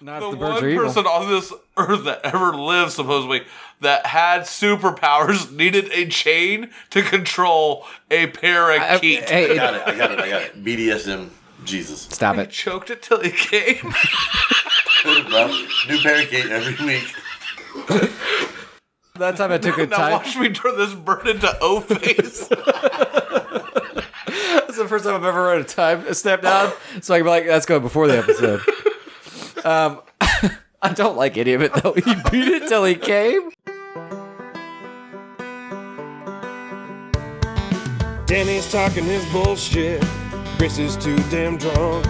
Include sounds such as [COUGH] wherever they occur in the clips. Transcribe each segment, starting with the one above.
Not the if the one birds are evil. person on this earth that ever lived, supposedly, that had superpowers [LAUGHS] needed a chain to control a parakeet. Hey, hey, Got it. I got it. I got it. BDSM Jesus. stop it. [LAUGHS] Choked it till he came. [LAUGHS] Well, new parakeet every week. [LAUGHS] That time I took a now time. watch me turn this bird into [LAUGHS] O face. That's the first time I've ever read a time a step down. [LAUGHS] So I can be like, let's go before the episode. [LAUGHS] um, [LAUGHS] I don't like any of it though. He beat it till he came. Danny's talking his bullshit. Chris is too damn drunk.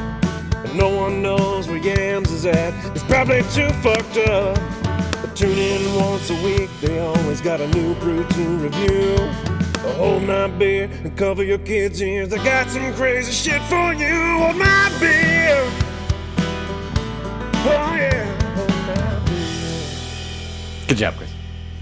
And no one knows where Yams is at. It's probably too fucked up. But tune in once a week. They always got a new brew to review. So hold my beer and cover your kids' ears. I got some crazy shit for you. Hold my beer. Oh yeah. Hold my beer. Good job, Chris.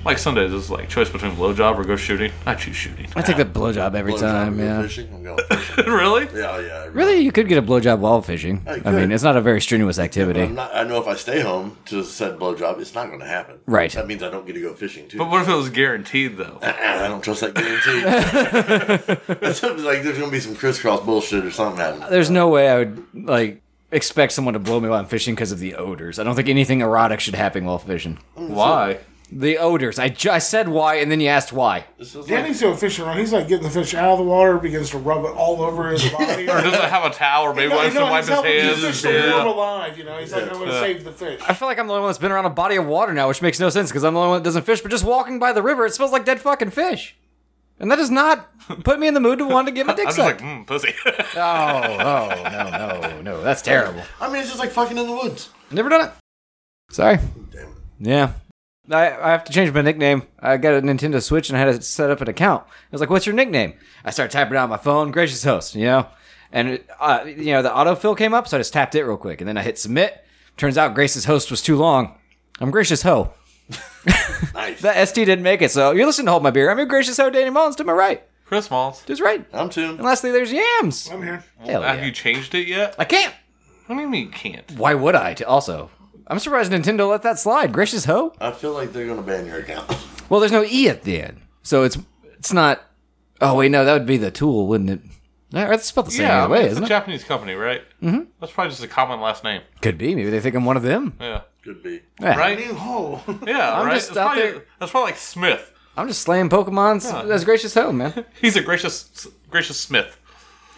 like Sundays is like choice between blowjob or go shooting. I choose shooting. I take the blowjob every Blowjob, time. go Yeah. Fishing. I'm going fishing. [LAUGHS] really? Yeah, yeah. Really, you could get a blowjob while fishing. I I, mean, could. it's not a very strenuous activity. I'm not, I know if I stay home to said blowjob, it's not going to happen. Right. That means I don't get to go fishing too. Uh-uh, But what if it was guaranteed though? [LAUGHS] I don't trust that guarantee. [LAUGHS] That's what- like there's going to be some crisscross bullshit or something happening. There's no way I would like expect someone to blow me while I'm fishing because of the odors. I don't think anything erotic should happen while fishing. Why? The odors. I, ju- I said why, and then you asked why. This is like, Danny's doing fishing wrong. He's like getting the fish out of the water, begins to rub it all over his [LAUGHS] body. Or doesn't have a towel [LAUGHS] or maybe No, wants no, to wipe he's his helping hands. the fish to yeah. warm alive. You know, he's like, I'm going to save the fish. I feel like I'm the only one that's been around a body of water now, which makes no sense because I'm the only one that doesn't fish. But just walking by the river, it smells like dead fucking fish, and that does not put me in the mood to want to get [LAUGHS] my dick I'm just like, sucked. mm, pussy. oh, oh, no, no, no, that's terrible. I mean, it's just like fucking in the woods. Never done it. Sorry. Damn it. Yeah. I, I have to change my nickname. I got a Nintendo Switch and I had to set up an account. I was like, "What's your nickname?" I started typing it out on my phone, "Gracious Host," you know, and it, uh, you know the autofill came up, so I just tapped it real quick, and then I hit submit. Turns out, "Gracious Host" was too long. I'm Gracious Ho. Nice. That ST didn't make it, so you're listening to Hold My Beer. I'm your Gracious Ho, Danny Mullins. To my right, Chris Malls, just right. I'm too. And lastly, there's Yams. I'm here. Hell have yeah. you changed it yet? I can't. What do you mean you can't? Why would I? To also, I'm surprised Nintendo let that slide. Gracious Ho. I feel like they're going to ban your account. [LAUGHS] Well, there's no e at the end, so it's it's not. Oh wait, no, that would be the tool, wouldn't it? Or it's spelled the same Yeah, I either mean, way, it's isn't a it? Japanese company, right? Mm-hmm. That's probably just a common last name. Could be. Maybe they think I'm one of them. Yeah. Could be. Yeah. Right? New hole. [LAUGHS] Yeah, right. just that's, out probably, there- that's probably like Smith. I'm just slaying Pokemon's as gracious home, [LAUGHS] man. He's a gracious, gracious Smith.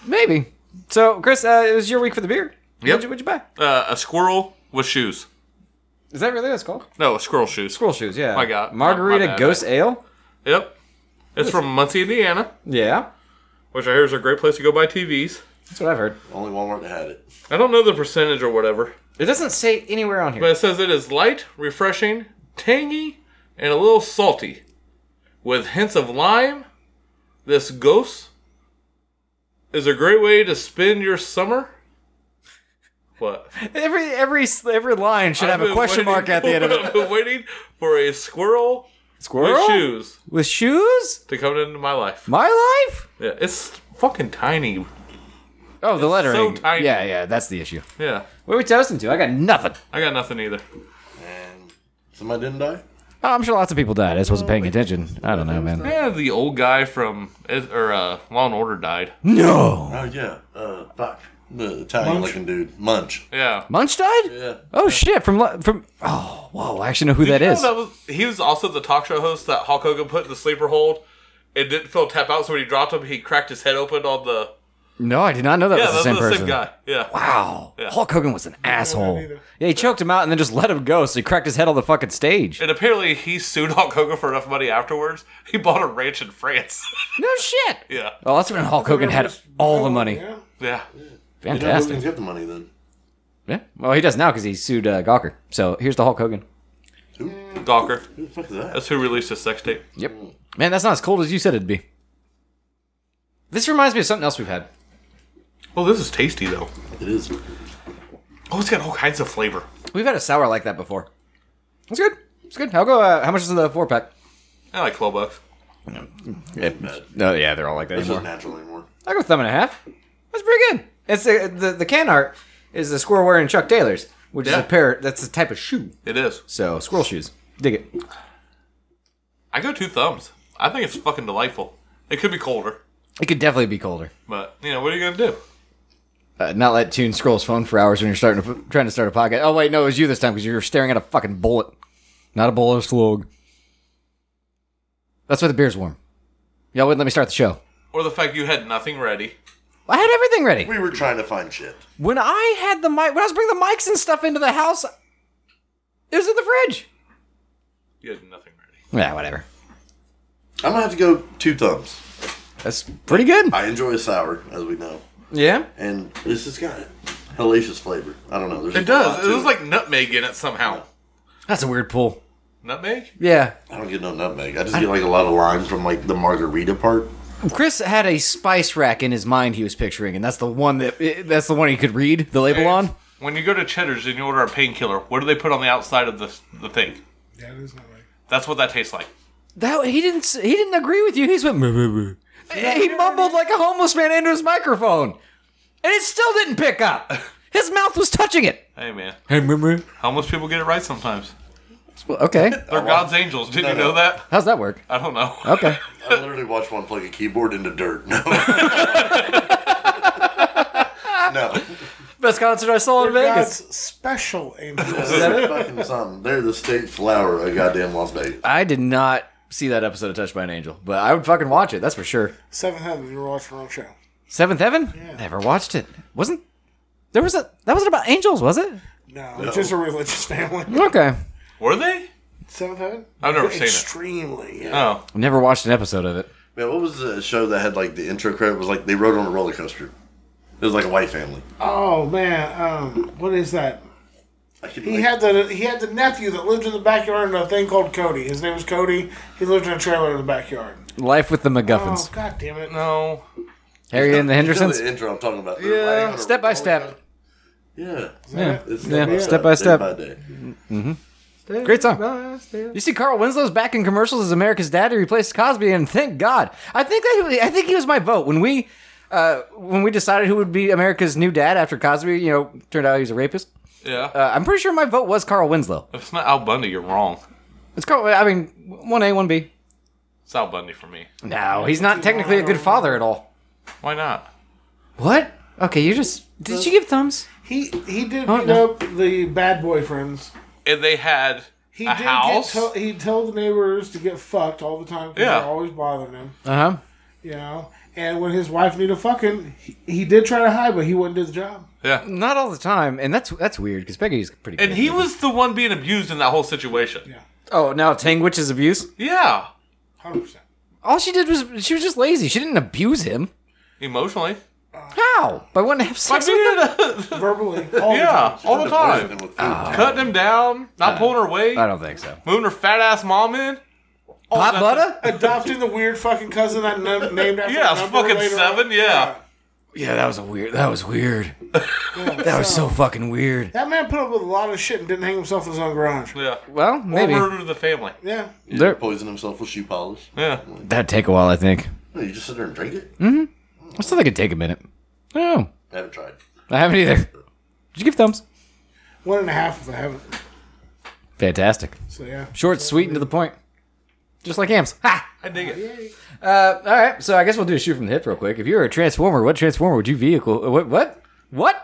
Maybe. So, Chris, uh, it was your week for the beer. What'd you, what'd you buy? Uh, a squirrel with shoes. Is that really what it's called? No, a squirrel shoes. Squirrel shoes. Yeah. My God. Margarita My bad, Ghost Ale. Yep. It's from Muncie, Indiana, Yeah. which I hear is a great place to go buy TVs. That's what I've heard. Only Walmart that had it. I don't know the percentage or whatever, It doesn't say anywhere on here. but it says it is light, refreshing, tangy, and a little salty, with hints of lime. This ghost is a great way to spend your summer. What? every every every line should have I've a been question mark waiting- at the end of [LAUGHS] it. I've been waiting for a squirrel Squirrel with shoes With shoes? to come into my life. My life? Yeah, it's fucking tiny. Oh, the lettering. tiny. Yeah, yeah, that's the issue. Yeah, What are we toasting to? I got nothing. I got nothing either. And somebody didn't die? Oh, I'm sure lots of people died. I just wasn't paying attention. I don't know, man. Yeah, the old guy from or uh, Law and Order died. No. Oh, yeah. Uh, fuck. The Italian looking dude. Munch. Yeah. Munch died? Yeah. Oh shit! From lo- from oh whoa! I actually know who that You know, is. that was, he was also the talk show host that Hulk Hogan put in the sleeper hold. It didn't feel tap out, so when he dropped him, he cracked his head open on the. no, I did not know that Yeah, was the that's same the person. same guy. Yeah. Wow, Hulk Hogan was an asshole. either. Yeah, he choked him out and then just let him go. So he cracked his head on the fucking stage. And apparently, he sued Hulk Hogan for enough money afterwards. [LAUGHS] He bought a ranch in France. [LAUGHS] no shit. yeah. Oh, that's when Hulk Hogan had all the money. Yeah. Yeah. You know who Fantastic. can get the money then? Yeah. Well, he does now because he sued uh, Gawker. So here's the Hulk Hogan. Gawker. Who the fuck is that? That's who released his sex tape. Yep. Man, that's not as cold as you said it'd be. This reminds me of something else we've had. Well, this is tasty, though. It is. Oh, it's got all kinds of flavor. We've had a sour like that before. It's good. It's good. How go? Uh, how much is the four pack? I like 12 bucks. No, yeah, they're all like that It's not natural anymore. I uh, go thumb and a half. That's pretty good. It's the the, the can art is the square wearing Chuck Taylor's. which Yeah. is a pair. That's the type of shoe. It is. So squirrel shoes. Dig it. I go two thumbs. I think it's fucking delightful. It could be colder, It could definitely be colder. but you know what are you gonna do? Uh, not let Tune scroll his phone for hours when you're starting to, trying to start a podcast. Oh wait, no, it was you this time because you were staring at a fucking bullet, not a bullet, a slug. That's why the beer's warm. Y'all wouldn't let me start the show. Or the fact you had nothing ready. I had everything ready. We were trying to find shit. When I had the mic, when I was bringing the mics and stuff into the house, it was in the fridge. You had nothing ready. Yeah, whatever. I'm gonna have to go two thumbs. That's pretty good. I enjoy a sour, as we know, Yeah. and this has got a hellacious flavor. I don't know. There's It a lot does. It to was like nutmeg in it somehow. That's a weird pull. Nutmeg? Yeah. I don't get no nutmeg. I just get like a lot of lime from like the margarita part. Chris had a spice rack in his mind he was picturing, and that's the one that eh, that's the one he could read the label on. When you go to Cheddar's and you order a painkiller, what do they put on the outside of the the thing? Yeah, it is not right. That's what that tastes like. That he didn't s- he didn't agree with you. He's went "Meh, meh, meh." Eh, he mumbled like a homeless man into his microphone, and it still didn't pick up. His mouth was touching it. Hey man, Hey, meh, meh. homeless people get it right sometimes. Well, okay, They're God's angels. Did you know no. that? how's that work? I don't know. Okay, I literally watched one plug a keyboard into dirt. No. [LAUGHS] no. best concert I saw in Vegas. God's special [LAUGHS] angels. They're fucking something. They're the state flower of goddamn Las Vegas. I did not see that episode of Touched by an Angel, but I would fucking watch it. That's for sure. Seventh Heaven, you were watching the wrong show. Seventh Heaven. Never watched it. Wasn't there was a that wasn't about angels, was it? No, it's just a religious family. [LAUGHS] Okay, [LAUGHS] Were they? Seventh Heaven? I've never seen it. Extremely, yeah. Oh, never watched an episode of it. Man, what was the show that had like the intro credit? It was like they rode on a roller coaster. It was like a white family. Oh man, um, what is that? I could, He like- had the he had the nephew that lived in the backyard in a thing called Cody. His name was Cody. He lived in a trailer in the backyard. Life with the MacGuffins. Oh god damn it! no. Harry and the You know Hendersons. the intro I'm talking about. They're Yeah. riding on a Step by roller step. coaster. Yeah. Yeah, It's yeah. Step by Day by step. day. Great song. You see, Carl Winslow's back in commercials as America's Dad. He replaced Cosby, and thank God. I think that I think he was my vote when we uh, when we decided who would be America's new dad after Cosby. You know, turned out he was a rapist. Yeah. Uh, I'm pretty sure my vote was Carl Winslow. if it's not Al Bundy, you're wrong. It's Carl. I mean, one A, one B. It's Al Bundy for me. No, he's not technically a good father at all. Why not? What? Okay, you just did you give thumbs? He he did Oh, beat no. up the bad boyfriends. If they had He a did house. Get to- he told the neighbors to get fucked all the time. 'cause Yeah. they're always bothering him. Uh huh. You know. And when his wife needed fucking, he, he did try to hide, but he wouldn't do the job. yeah. Not all the time, and that's that's weird because Peggy's pretty. Good. And he was the one being abused in that whole situation. Yeah. Yeah. oh now Tang Witch's abuse. Hundred percent. All she did was she was just lazy. She didn't abuse him. Emotionally. How? By wanting to have sex with him? [LAUGHS] yeah. Verbally. All The time. All the Poison time. them with food. Cutting him down. Not pulling her weight. I don't think so. Moving her fat ass mom in. Hot butter? Adopting the weird fucking cousin that num- named after. Yeah, a number fucking later seven. on. Yeah. Yeah, that was a weird. That was weird. that was so fucking weird. That man put up with a lot of shit and didn't hang himself in his own garage. Yeah. Well, Or maybe murder the family. Yeah. He They're- poison himself with shoe polish. Yeah. that'd take a while. I think. No, you just sit there and drink it. Hmm? I still think it'd take a minute. Oh, I haven't tried. I haven't either. Did you give thumbs? One and a half if I haven't. Fantastic. So yeah. Short, sweet, and to the point. Just like hams. Ha! I dig it. Uh, all right, so I guess we'll do a shoot from the hip real quick. If you were a transformer, what transformer would you vehicle? uh, What? What? What?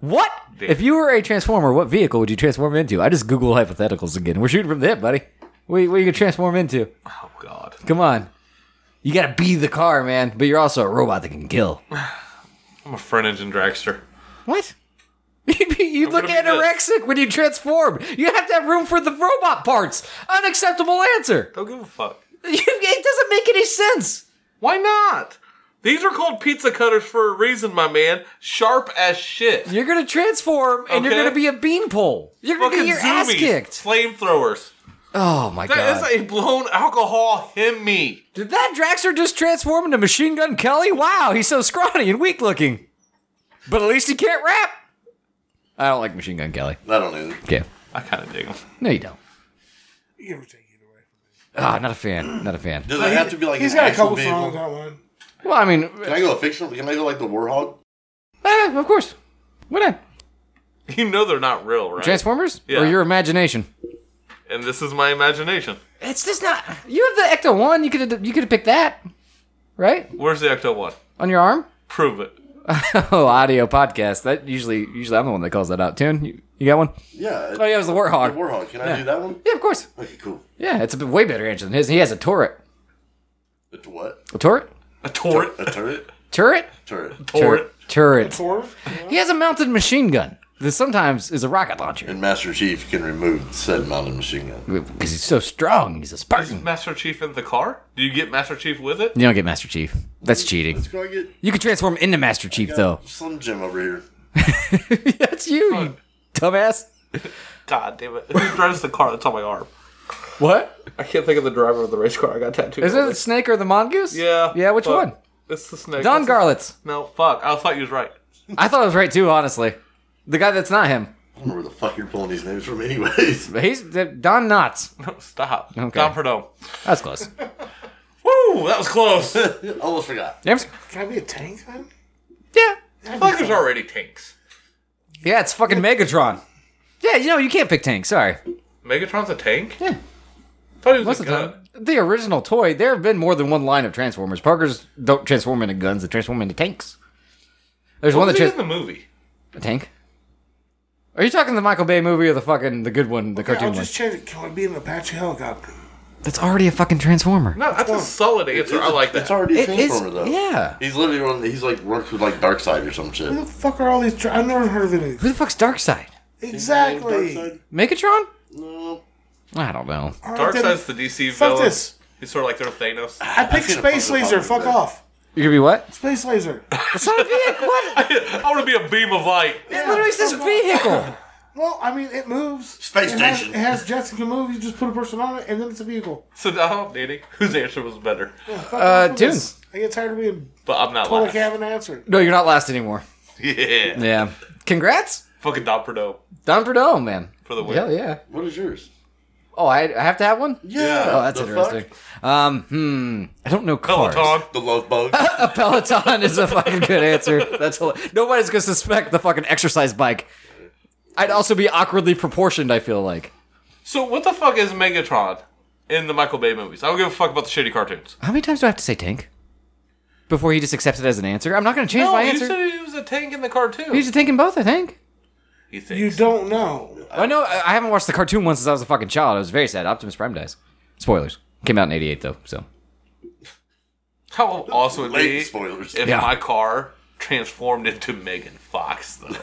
What? If you were a transformer, what vehicle would you transform into? I just Google hypotheticals again. We're shooting from the hip, buddy. What, what you gonna transform into? Oh, God. Come on. You gotta be the car, man. But you're also a robot that can kill. I'm a front engine dragster. [LAUGHS] What? You'd, be, you'd look gonna be anorexic when you transform. You have to have room for the robot parts. Unacceptable answer. [LAUGHS] Don't give a fuck. it doesn't make any sense. Why not? These are called pizza cutters for a reason, my man. Sharp as shit. You're gonna transform and Okay. you're gonna be a beanpole. You're gonna Fucking get your ass zoomies. kicked. Flamethrowers. Oh my That god. is a blown alcohol him me. Did that Draxer just transform into Machine Gun Kelly? Wow, he's so scrawny and weak looking. But at least he can't rap. I don't like Machine Gun Kelly. I don't know. Okay. I kind of dig him. No, you don't. Give or take either way. Ah, not a fan. Not a fan. Does it have to be like He's an got a actual couple vehicle? songs on one. Well, I mean, Can I go fictional? Can I go like the Warhog? Eh, of course. Why not? You know they're not real, right? Transformers Yeah. or your imagination? and this is my imagination. It's just not. You have the Ecto one. You could have you could have picked that, right, Where's the Ecto one? on your arm. Prove it. Oh, audio podcast. That usually usually I'm the one that calls that out. Tune, you, you got one? Yeah. Oh yeah, it was the Warthog. The Warhog. Can I do that one? yeah, of course. Okay, cool. Yeah, it's a bit, way better answer than his. He has a turret. A what? A turret? A torrent. A turret? Turret? Turret. Torrent. Turret. Dwarf? He has a mounted machine gun. That sometimes is a rocket launcher And Master Chief can remove said mounted machine gun. because he's so strong. He's a Spartan. Master Chief in the car? Do you get Master Chief with it? You don't get Master Chief. That's cheating. Let's go get You could transform into Master Chief though. [LAUGHS] Slim Jim over here. That's you, you dumbass. God damn it. Who drives the car that's on my arm? What? I can't think of the driver of the race car I got tattooed. Is it on the snake or the mongoose? Yeah. Yeah, which fuck. one? It's the snake. Don That's the- Garlitz. No, fuck. I thought you was right. [LAUGHS] I thought it was right too, honestly. The guy that's not him. I don't know where the fuck you're pulling these names from, anyways. [LAUGHS] But he's uh, Don Knotts. Stop. Okay. Don Perdome. That's close. Woo! That was close. [LAUGHS] Fuckers Almost forgot. James? Can I be a tank then? Yeah. already tanks. Yeah, it's fucking Megatron. Yeah, you know, you can't pick tank. Sorry. Megatron's a tank? Yeah. thought he was Most a of the gun. time. The original toy, there have been more than one line of Transformers. Parkers don't transform into guns, they transform into tanks. There's What one was that he in trans- the movie? a tank. Are you talking the Michael Bay movie or the fucking the good one, the Yeah, I'll cartoon one? just change it. Can I be an Apache helicopter? That's already a fucking transformer. No, that's a solid answer. I like It's that. already a It is- Transformer, though. yeah. He's literally one. He's like works with like Darkseid or some shit. Who the fuck are all these? Tra- I've never heard of any. of Who these. the fuck's Darkseid? Exactly. Darkseid? Megatron? No. I don't know. All right, then. Darkseid's the DC Fuck villain. this. He's sort of like their Thanos. [LAUGHS] I pick seen a space fucking laser. Apache Fuck there. off. You're gonna be what? Space laser. It's not a vehicle. [LAUGHS] What? I want to be a beam of light. It literally says vehicle. Well, I mean, it moves. Space it has, station. It has jets and can move. You just put a person on it, and then it's a vehicle. So now, Danny, whose answer was better? Uh, Fuck this. Tunes. I get tired of being But I'm not told I laughing. can't have an answer. No, you're not last anymore. [LAUGHS] Yeah. Yeah. Congrats, Fucking Don Perdome Don Perdome, man. for the win. Hell yeah. What is yours? Oh, I, I have to have one. Yeah. Oh, that's the interesting. fuck? Um, hmm. I don't know cars. Peloton. The love bug. A [LAUGHS] Peloton is a fucking good answer. That's hila- nobody's gonna suspect the fucking exercise bike. I'd also be awkwardly proportioned. I feel like So what the fuck is Megatron in the Michael Bay movies? I don't give a fuck about the shitty cartoons. how many times do I have to say tank before he just accepts it as an answer? I'm not gonna change No, my you answer. said he was a tank in the cartoon. He's a tank in both, I think. he thinks. You don't know. I know I I haven't watched the cartoon one since I was a fucking child. I was very sad. Optimus Prime dies. Spoilers. Came out in '88 though, so How awesome it would Late be spoilers. if Yeah. my car transformed into Megan Fox, though.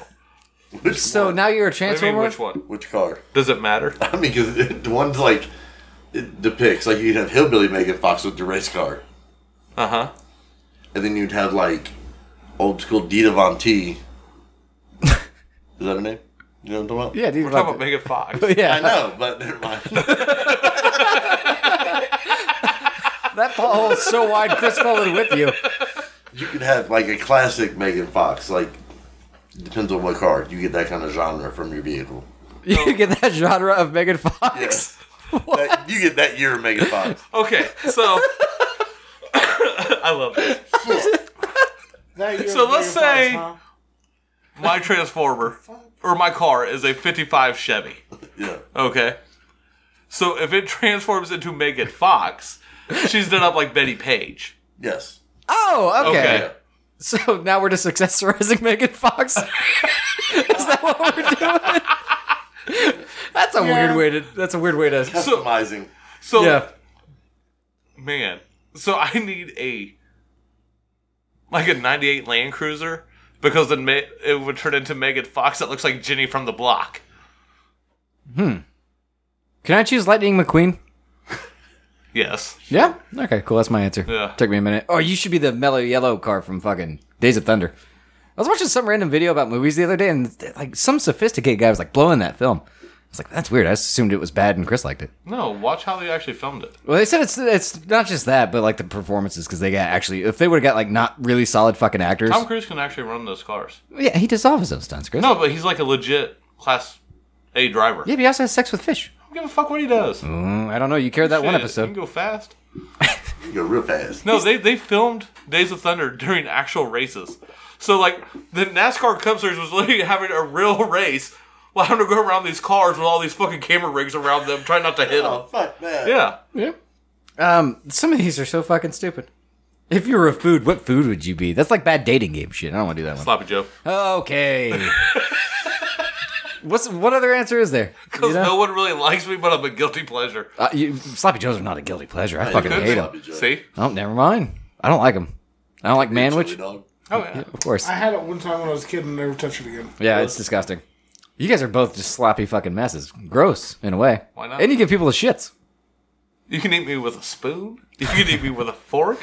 Which so one? now you're a I mean, transformer. which one? which car? [LAUGHS] Does it matter? I mean, because the one's like it depicts like you'd have hillbilly Megan Fox with the race car, Uh huh. and then you'd have like old school Dita [LAUGHS] Von T. is that her name? You know what I'm talking about? Yeah, dude. We're talking [LAUGHS] about Megan Fox. yeah, I know, but [LAUGHS] never mind. that pothole is so wide. Chris fell in with [LAUGHS] you. you could have like a classic Megan Fox, like depends on what car you get that kind of genre from your vehicle. You get that genre of Megan Fox. That, you get that year of Megan Fox. Okay, so [COUGHS] I love this. [LAUGHS] That you're So let's very say- fast, huh? My transformer or my car is a '55 Chevy. Yeah. Okay. So if it [LAUGHS] transforms into Megan Fox, she's done up like Betty Page. Yes. Oh, okay. Okay. Yeah. So now we're just accessorizing Megan [LAUGHS] Fox. is that what we're doing? that's a Yeah. weird way to. That's a weird way to. Customizing. So Yeah. man, so I need a like a '98 Land Cruiser because then Ma- it would turn into Megan Fox that looks like Jenny from the Block. Can I choose Lightning McQueen? Yes. Yeah. Okay. Cool. That's my answer. Yeah. Took me a minute. Oh, you should be the mellow yellow car from fucking Days of Thunder. I was watching some random video about movies the other day, and like some sophisticated guy was like blowing that film. I was like, that's weird. I assumed it was bad, and Chris liked it. No, watch how they actually filmed it. Well, they said it's it's not just that, but like the performances because they got actually if they would have got like not really solid fucking actors. Tom Cruise can actually run those cars. yeah, he does all of his own stunts, Chris. No, but he's like a legit class A driver. Yeah, but he also has sex with fish. I don't give a fuck what he does. Mm, I don't know. You cared that one Shit, He can episode. go fast. You go real fast. No, they, they filmed Days of Thunder during actual races. So like the NASCAR Cup Series was literally [LAUGHS] having a real race, while having to go around these cars with all these fucking camera rigs around them, trying not to hit Oh them. fuck that. Yeah, Yeah. Um, some of these are so fucking stupid. If you were a food, what food would you be? That's like bad dating game shit. I don't want to do that one. sloppy Joe. Okay. What's what other answer is there? Because You know? no one really likes me, but I'm a guilty pleasure. Uh, you, sloppy joes are not a guilty pleasure. I fucking hate them. See? Oh, never mind. I don't like them. I don't like manwich. Dog. Oh yeah. Of course. I had it one time when I was a kid and never touched it again. Yeah, it's disgusting. You guys are both just sloppy fucking messes. Gross in a way. Why not? And you give people the shits. You can eat me with a spoon. You can eat me with [LAUGHS] a fork.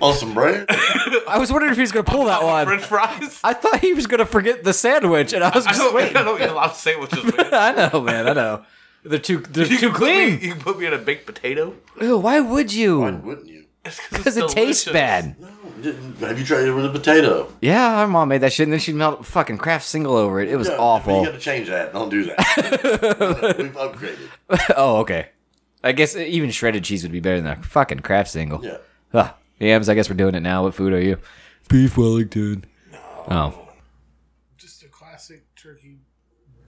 On some bread. I was wondering if he was gonna pull [LAUGHS] that one. French fries. I thought he was gonna forget the sandwich, and I was [LAUGHS] I just don't, I waiting. don't eat a lot of sandwiches. man. [LAUGHS] I know, man. I know. They're too. They're [LAUGHS] You too can put me- clean. you can put me in a baked potato. Ew, why would Why you? wouldn't you? Because it tastes bad. Have you tried it with a potato? Yeah, our mom made that shit, and then she melt fucking Kraft single over it. It was No, awful. You got to change that. Don't do that. [LAUGHS] We've upgraded. oh, okay. I guess even shredded cheese would be better than a fucking Kraft single. Yeah. Huh. Yams, I guess we're doing it now. What food are you? Beef Wellington. Oh. Just a classic turkey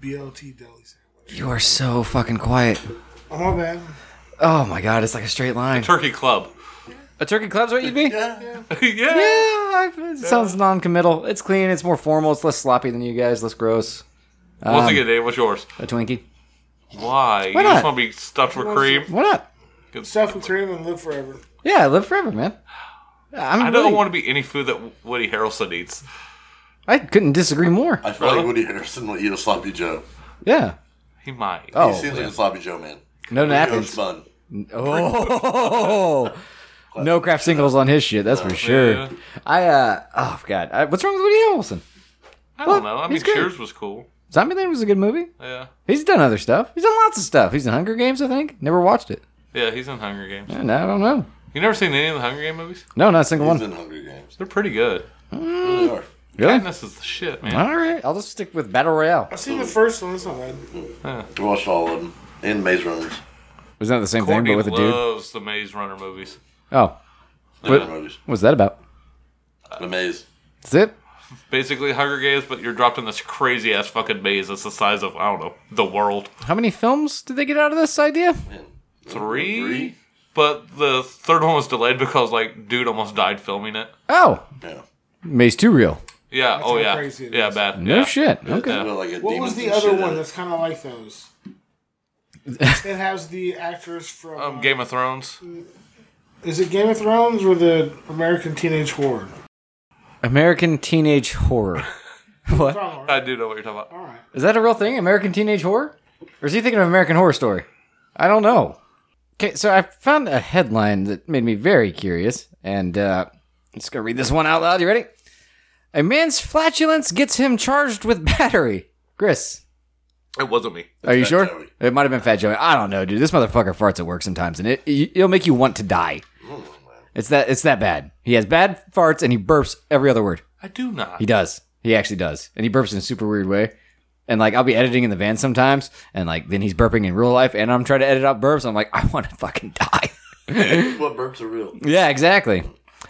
BLT deli sandwich. You are so fucking quiet. Oh my bad. Oh my god, it's like a straight line. Turkey club. [LAUGHS] A turkey club's what you'd be? Yeah, Yeah. yeah. I- it sounds non committal. It's clean, it's more formal, it's less sloppy than you guys, less gross. Once again, Dave, what's yours? A Twinkie. Why? Um, Why you just not? want to be stuffed with cream? Why not? Stuff with cream and live forever. Yeah, live forever, man. I'm I don't want to be any food that Woody Harrelson eats. I couldn't disagree more. I feel like Woody Harrison will eat a sloppy Joe. Yeah. He might. Oh, he seems like a sloppy Joe man. no Joe's napkins. fun. Oh, no craft singles on his shit. That's for sure. Yeah. I uh oh god, I, what's wrong with Woody Harrelson? I don't Look, know. I he's mean, good. Cheers was cool. Zombieland was a good movie. Yeah. He's done other stuff. He's done lots of stuff. He's in Hunger Games, I think. Never watched it. Yeah, he's in Hunger Games. And I don't know. You never seen any of the Hunger Game movies? No, not a single He's one. in Hunger Games. They're pretty good. They are. Really? Katniss is the shit, man. All right, I'll just stick with Battle Royale. I've seen the first one. It's not bad. We watched all of them in Maze Runners. Wasn't that the same Courtney thing, but with a dude? loves the Maze Runner movies. Oh, Different movies. what's that about? The Maze. That's it. Basically, Hunger Games, but you're dropped in this crazy ass fucking maze that's the size of I don't know the world. How many films did they get out of this idea? Three. But the third one was delayed because like dude almost died filming it. Oh, Yeah. Maze Two Real. Yeah. oh how yeah. crazy it yeah. is. Bad. No yeah. shit. Okay. They put, like, a What demons was the and other shit in one it. that's kind of like those? [LAUGHS] it has the actors from. Um, Game of Thrones. is it Game of Thrones or the American Teenage Ward? American Teenage Horror. what? All I do know what you're talking about. right. Is that a real thing? American Teenage Horror? Or is he thinking of American Horror Story? I don't know. Okay, so I found a headline that made me very curious, and uh, I'm just going to read this one out loud. You ready? A man's flatulence gets him charged with battery. Chris, It wasn't me. are you Fat sure? Joey. It might have been Fat Joey. I don't know, dude. This motherfucker farts at work sometimes, and it, it, it'll make you want to die. It's that, it's that bad. He has bad farts, and he burps every other word. I do not. He does. He actually does. And he burps in a super weird way. And like I'll be editing in the van sometimes, and like then he's burping in real life, and I'm trying to edit out burps. I'm like, [LAUGHS] I want to fucking die. [LAUGHS] What burps are real? yeah, exactly.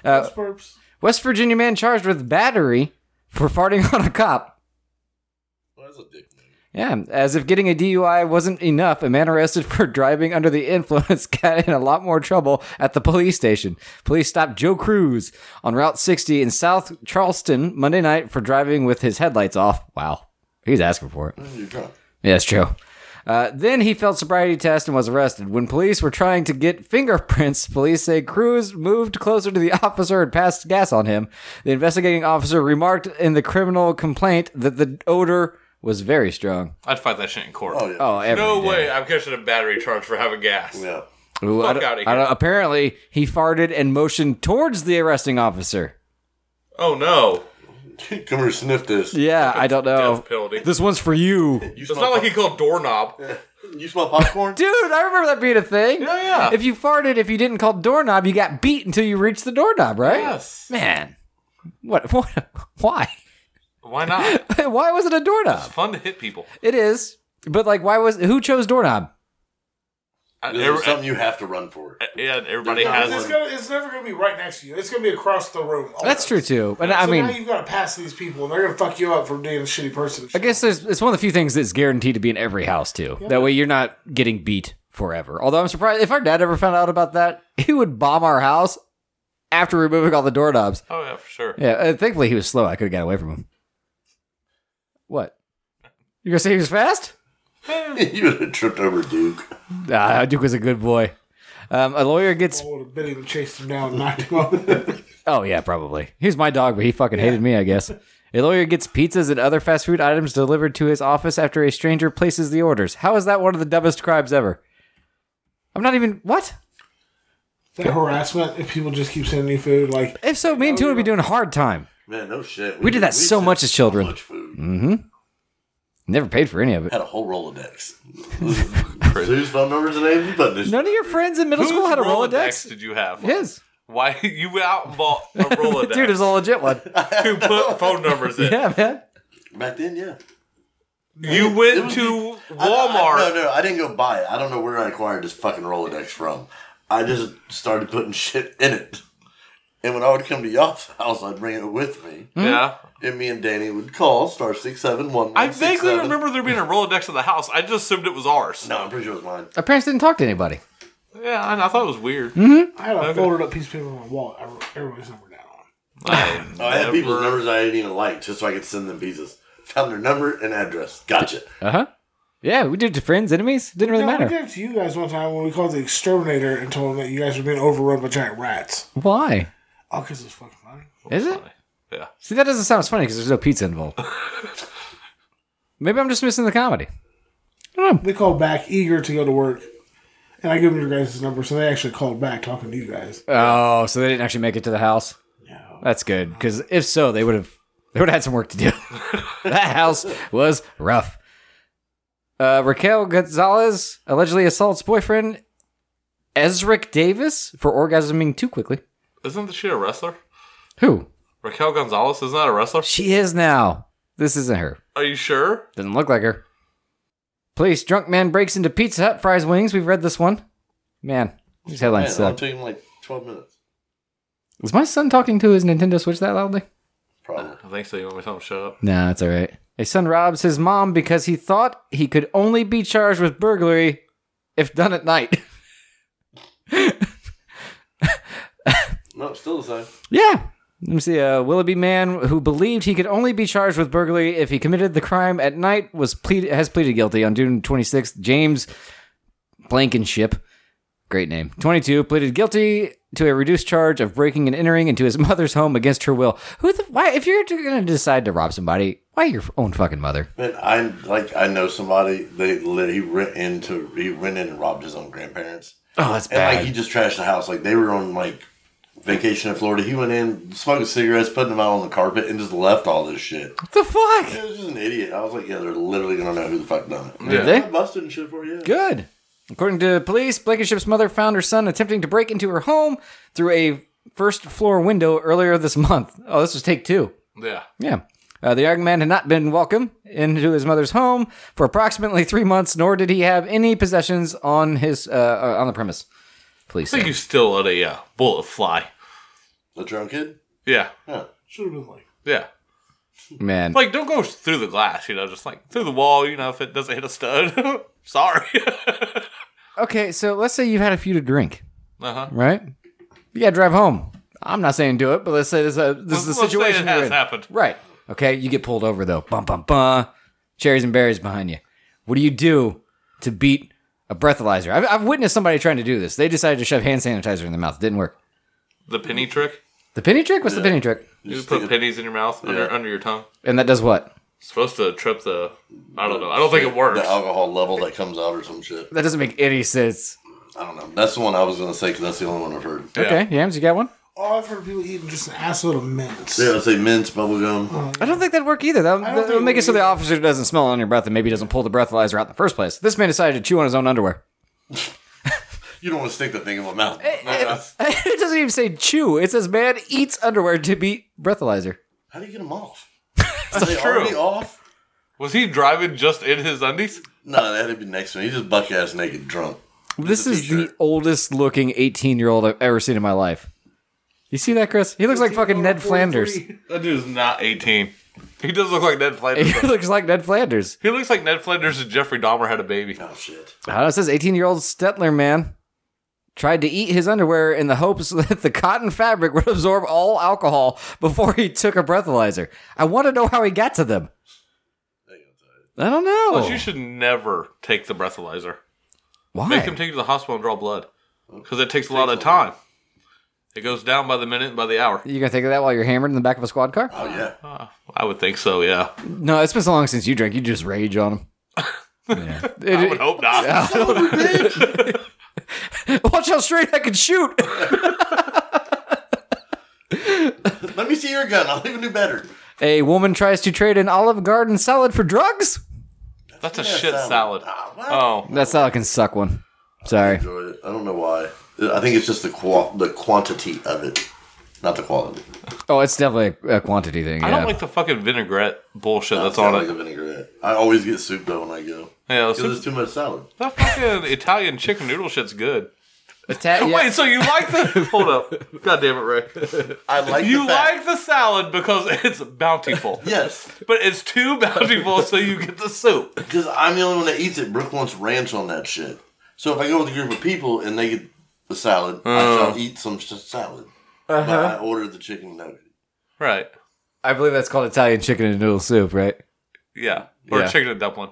Uh, Burps. West Virginia man charged with battery for farting on a cop. Well, that's a dick move. Yeah, as if getting a DUI wasn't enough, a man arrested for [LAUGHS] driving under the influence [LAUGHS] got in a lot more trouble at the police station. Police stopped Joe Cruz on Route 60 in South Charleston Monday night for driving with his headlights off. Wow, he's asking for it. You're drunk. Yeah, that's true. Uh, then he failed sobriety test and was arrested. When police were trying to get fingerprints, police say Cruz moved closer to the [LAUGHS] officer and passed gas on him. The investigating officer remarked in the criminal complaint that the odor was very strong. I'd fight that shit in court. Oh, yeah. Oh, every No day. way. I'm catching a battery charge for having gas. Yeah. Ooh, I Fuck don't- outta I here. don't- apparently, he farted and motioned towards the arresting officer. Oh no. [LAUGHS] Come here, sniff this. Yeah, I don't know. Death penalty. This one's for you. You It's smell, not like he called [LAUGHS] doorknob. you smell popcorn? Dude, I remember that being a thing. Yeah, yeah. If you farted, if you didn't call doorknob, you got beat until you reached the doorknob, right? Yes. Man, what? What? [LAUGHS] Why? Why not? why was it a doorknob? It's fun to hit people. It is, but like, why was who chose doorknob? I- Uh, Because every- uh, there's something you have to run for. yeah, everybody There's has not It's, one. gonna, it's never going to be right next to you. It's going to be across the room. That's true too. And I so mean, now you've got to pass these people, and they're going to fuck you up for being a shitty person. I guess there's it's one of the few things that's guaranteed to be in every house too. That way you're not getting beat forever. Although I'm surprised if our dad ever found out about that, [LAUGHS] he would bomb our house after removing all the doorknobs. Oh yeah, for sure. Yeah, uh, thankfully he was slow. I could have got away from him. What? You're gonna say he was fast? [LAUGHS] you would have tripped over Duke. Ah, Duke was a good boy. Um, a lawyer gets. I would have been him, chased him down, and knocked him up. [LAUGHS] Oh yeah, probably. He's my dog, but he fucking hated me, I guess. A lawyer gets pizzas and other fast food items delivered to his office after a stranger places the orders. How is that one of the dumbest crimes ever? I'm not even what? that harassment, if people just keep sending you food, like, If so, me and two would be doing a hard time. Man, no shit. We did that so sent much as children. Mm. much food. Never paid for any of it. Had a whole [LAUGHS] Rolodex. Whose phone numbers and names? But this None of your friends in middle Whose school had a Rolodex Rolodex. did you have? His Why [LAUGHS] you out bought a Rolodex [LAUGHS] dude [LAUGHS] is a legit one. to put phone numbers in? Yeah, man. back then, yeah. You It went was- to I- I- Walmart. no, no, I didn't go buy it. I don't know where I acquired this fucking Rolodex from. I just started putting shit in it. And when I would come to y'all's [LAUGHS] house, I'd bring it with me. Yeah. And me and Danny would call star Hmm? six seven one. I vaguely remember there being a Rolodex in the house. I just assumed it was ours. No, I'm pretty sure it was mine. Our parents didn't talk to anybody. Yeah, I, I thought it was weird. I had a folded up piece of paper in my wallet. I wrote everybody's number down on. I, Oh, I had people's never- numbers I didn't even like just so I could send them pizzas. Found their number and address. Gotcha. Uh huh. Yeah, we did it to friends, enemies. Didn't really No, I matter. did it to you guys one time when we called the exterminator and told them that you guys were being overrun by giant rats. Why? Oh, because it's fucking funny. Is it? Yeah. See, that doesn't sound as funny because there's no pizza involved. Maybe I'm just missing the comedy. They called back, eager to go to work, and I gave them your guys' number, so they actually called back talking to you guys. Oh, so they didn't actually make it to the house. No. That's good because if so, they would have they would have had some work to do. [LAUGHS] that house was rough. Uh, Raquel Gonzalez allegedly assaults boyfriend Ezric Davis for orgasming too quickly. Isn't she a wrestler? Who? Raquel Gonzalez is not a wrestler. She is now. This isn't her. Are you sure? Doesn't look like her. Police drunk man breaks into Pizza Hut, fries wings. We've read this one. Man, these headlines Man, it suck. took him like 12 minutes. Is my son talking to his Nintendo Switch that loudly? Probably. I think so. You want me to tell him to shut up? Nah, that's all right. A son robs his mom because he thought he could only be charged with burglary if done at night. [LAUGHS] No, still the same. yeah. Let me see. A Willoughby man who believed he could only be charged with burglary if he committed the crime at night was plead has pleaded guilty on June 26th. James Blankenship, great name, 22, pleaded guilty to a reduced charge of breaking and entering into his [LAUGHS] mother's home against her will. Who the why? If you're going to decide to rob somebody, why your own fucking mother? Man, I like I know somebody. They lit, he went into he went in and robbed his own grandparents, Oh, that's and bad. like he just trashed the house. Like they were on like vacation in Florida. He went in, smoking cigarettes, putting them out on the carpet, and just left all this shit. what the fuck? It was just an idiot. I was like, yeah, they're literally gonna know who the fuck done it. Did they? I busted and shit for you. Yeah. Good. According to police, Blankenship's mother found her son attempting to break into her home through a first floor window earlier this month. Oh, this was take two. Yeah. Yeah. Uh, the young man had not been welcome into his mother's home for approximately three months, nor did he have any possessions on his uh, uh, on the premise. Police. I think said. you still let a uh, bullet fly. The drunk kid. Yeah. Yeah. Should have been like, Yeah. Man, Like, don't go through the glass, you know, just like through the wall, you know, if it doesn't hit a stud. [LAUGHS] Sorry. uh okay, so let's say you've had a few to drink, huh. right? You gotta drive home. I'm not saying do it, but let's say this, uh, this is the situation It you're has in. happened. Right. Okay. You get pulled over though. Bum bum bum. Cherries and berries behind you. What do you do to beat a breathalyzer? I've, I've witnessed somebody trying to do this. They decided to shove hand sanitizer in their mouth. It didn't work. The penny trick. The penny trick. What's the penny trick? You Just put stick pennies in your mouth under Yeah. under your tongue. And that does what? It's supposed to trip the. I don't know. I don't think it works. The alcohol level that comes out or some shit. That doesn't make any sense. I don't know. That's the one I was gonna say because that's the only one I've heard. Yeah. Okay, Yams, you got one? oh, I've heard of people eating just an assload of mints. Yeah, I'd say mints, bubblegum. I don't think that'd work either. That'll, don't that'll think make it it so would the either. officer doesn't smell on your breath and maybe doesn't pull the breathalyzer out in the first place. This man decided to chew on his own underwear. You don't want to stick that thing in my mouth. [LAUGHS] it doesn't even say chew. It says man eats underwear to beat breathalyzer. How do you get them off? That's they true. already off? Was he driving just in his undies? No, that'd be next to me. He's just buck ass naked drunk. This a is the t-shirt. oldest looking 18 year old I've ever seen in my life. You see that, Chris? He looks like fucking Ned Flanders. [LAUGHS] That dude's not 18. He does look like Ned Flanders. He looks like Ned Flanders. he looks like Ned Flanders and Jeffrey Dahmer had a baby. Oh shit! I don't know, it says 18 year old Stetler man tried to eat his underwear in the hopes [LAUGHS] that the cotton fabric would absorb all alcohol before he took a breathalyzer. I want to know how he got to them. I don't Plus, you know. should never take the breathalyzer. Make him Why? take you to the hospital and draw blood because it takes a lot of time. It goes down by the minute and by the hour. You gonna think of that while you're hammered in the back of a squad car? Oh yeah, I would think so, yeah. No, it's been so long since you drank. You just rage on [LAUGHS] him. I would hope not. [LAUGHS] Watch how straight I can shoot. let me see your gun. I'll even do better. A woman tries to trade an Olive Garden salad for drugs. [LAUGHS] That's a Yeah, shit salad. Ah, what? Oh, That salad can suck one. Sorry. Enjoy it. I don't know why. I think it's just the qua- the quantity of it, not the quality. Oh, it's definitely a, a quantity thing. I yeah. don't like the fucking vinaigrette bullshit that's It's kinda on like it. a vinaigrette. I always get soup though when I go Yeah, because so there's too much salad. that fucking Italian chicken noodle shit's good. Ta- [LAUGHS] yeah. Wait, so you like the? [LAUGHS] Hold up, god damn it, Ray. I like You the fact- like the salad because it's bountiful, yes but it's too bountiful, so you get the soup. because I'm the only one that eats it. Brooke wants ranch on that shit. So if I go with a group of people and they get the salad, Uh-huh. I shall eat some s- salad. But I ordered the chicken nugget. Right? I believe that's called Italian chicken and noodle soup, right? Yeah, or Yeah. chicken and dumpling.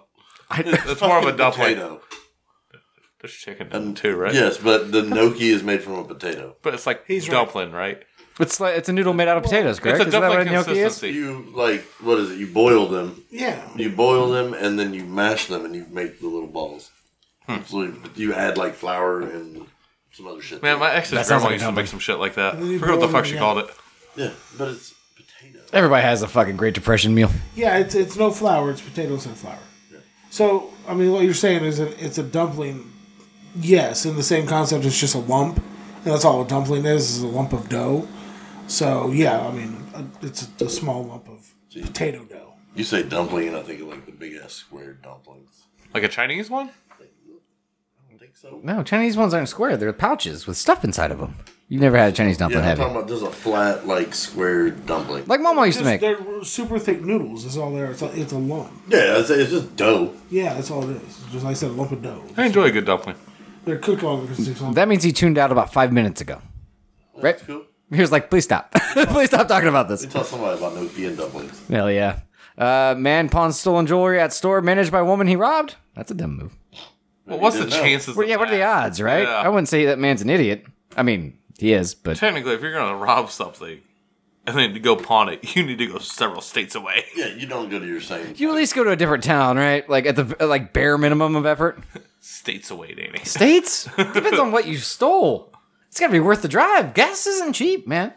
I, That's more of a [LAUGHS] dumpling. Potato. There's chicken in it too, right? Yes, but the gnocchi is made from a potato. But it's like dumpling, right? it's like it's a noodle made out of potatoes, correct? It's a Isn't that what a dumpling gnocchi is? consistency. You like what is it? You boil them. [LAUGHS] Yeah. You boil them and then you mash them and you make the little balls. So you add like flour and some other shit. Man, my ex's That sounds grandma like a used to dumpling. make some shit like that. then you Forget what the boil fuck them she together. called it. yeah, but it's potato. Everybody has a fucking Great Depression meal. Yeah, it's it's no flour. It's potatoes and flour. So I mean, what you're saying is that it's a dumpling. Yes, in the same concept, it's just a lump, and that's all a dumpling is is a lump of dough. So yeah, I mean, a- it's a, a small lump of potato dough. You say dumpling, and I think of like the big ass square dumplings. Like a Chinese one? I don't think so. No, Chinese ones aren't square. They're pouches with stuff inside of them. You've never had a Chinese dumpling, Yeah, I'm have talking you? about just a flat like square dumpling. Like Mama used to Just- make. They're super thick noodles. That's all there. It's a, it's a lump. yeah, it's, it's just dough. Yeah, that's all it is. Just like I said, a lump of dough. I enjoy a good dumpling. They're cooked longer because it's That means he tuned out about five minutes ago. Right? Cool. He was like, please stop. [LAUGHS] please stop talking about this. Tell somebody about gnocchi and dumplings. Hell yeah. Uh, man pawns stolen jewelry at store managed by woman he robbed. That's a dumb move. Well, what's the didn't know. chances? Well, of yeah, what are the that? odds, right? Yeah. I wouldn't say that man's an idiot. I mean, he is, but Technically, if you're gonna rob something and then to go pawn it, you need to go several states away. [LAUGHS] Yeah, you don't go to your same. you at least go to a different town, right? Like at the like bare minimum of effort. States away, Danny. States depends on what you stole. It's got to be worth the drive. Gas isn't cheap, man.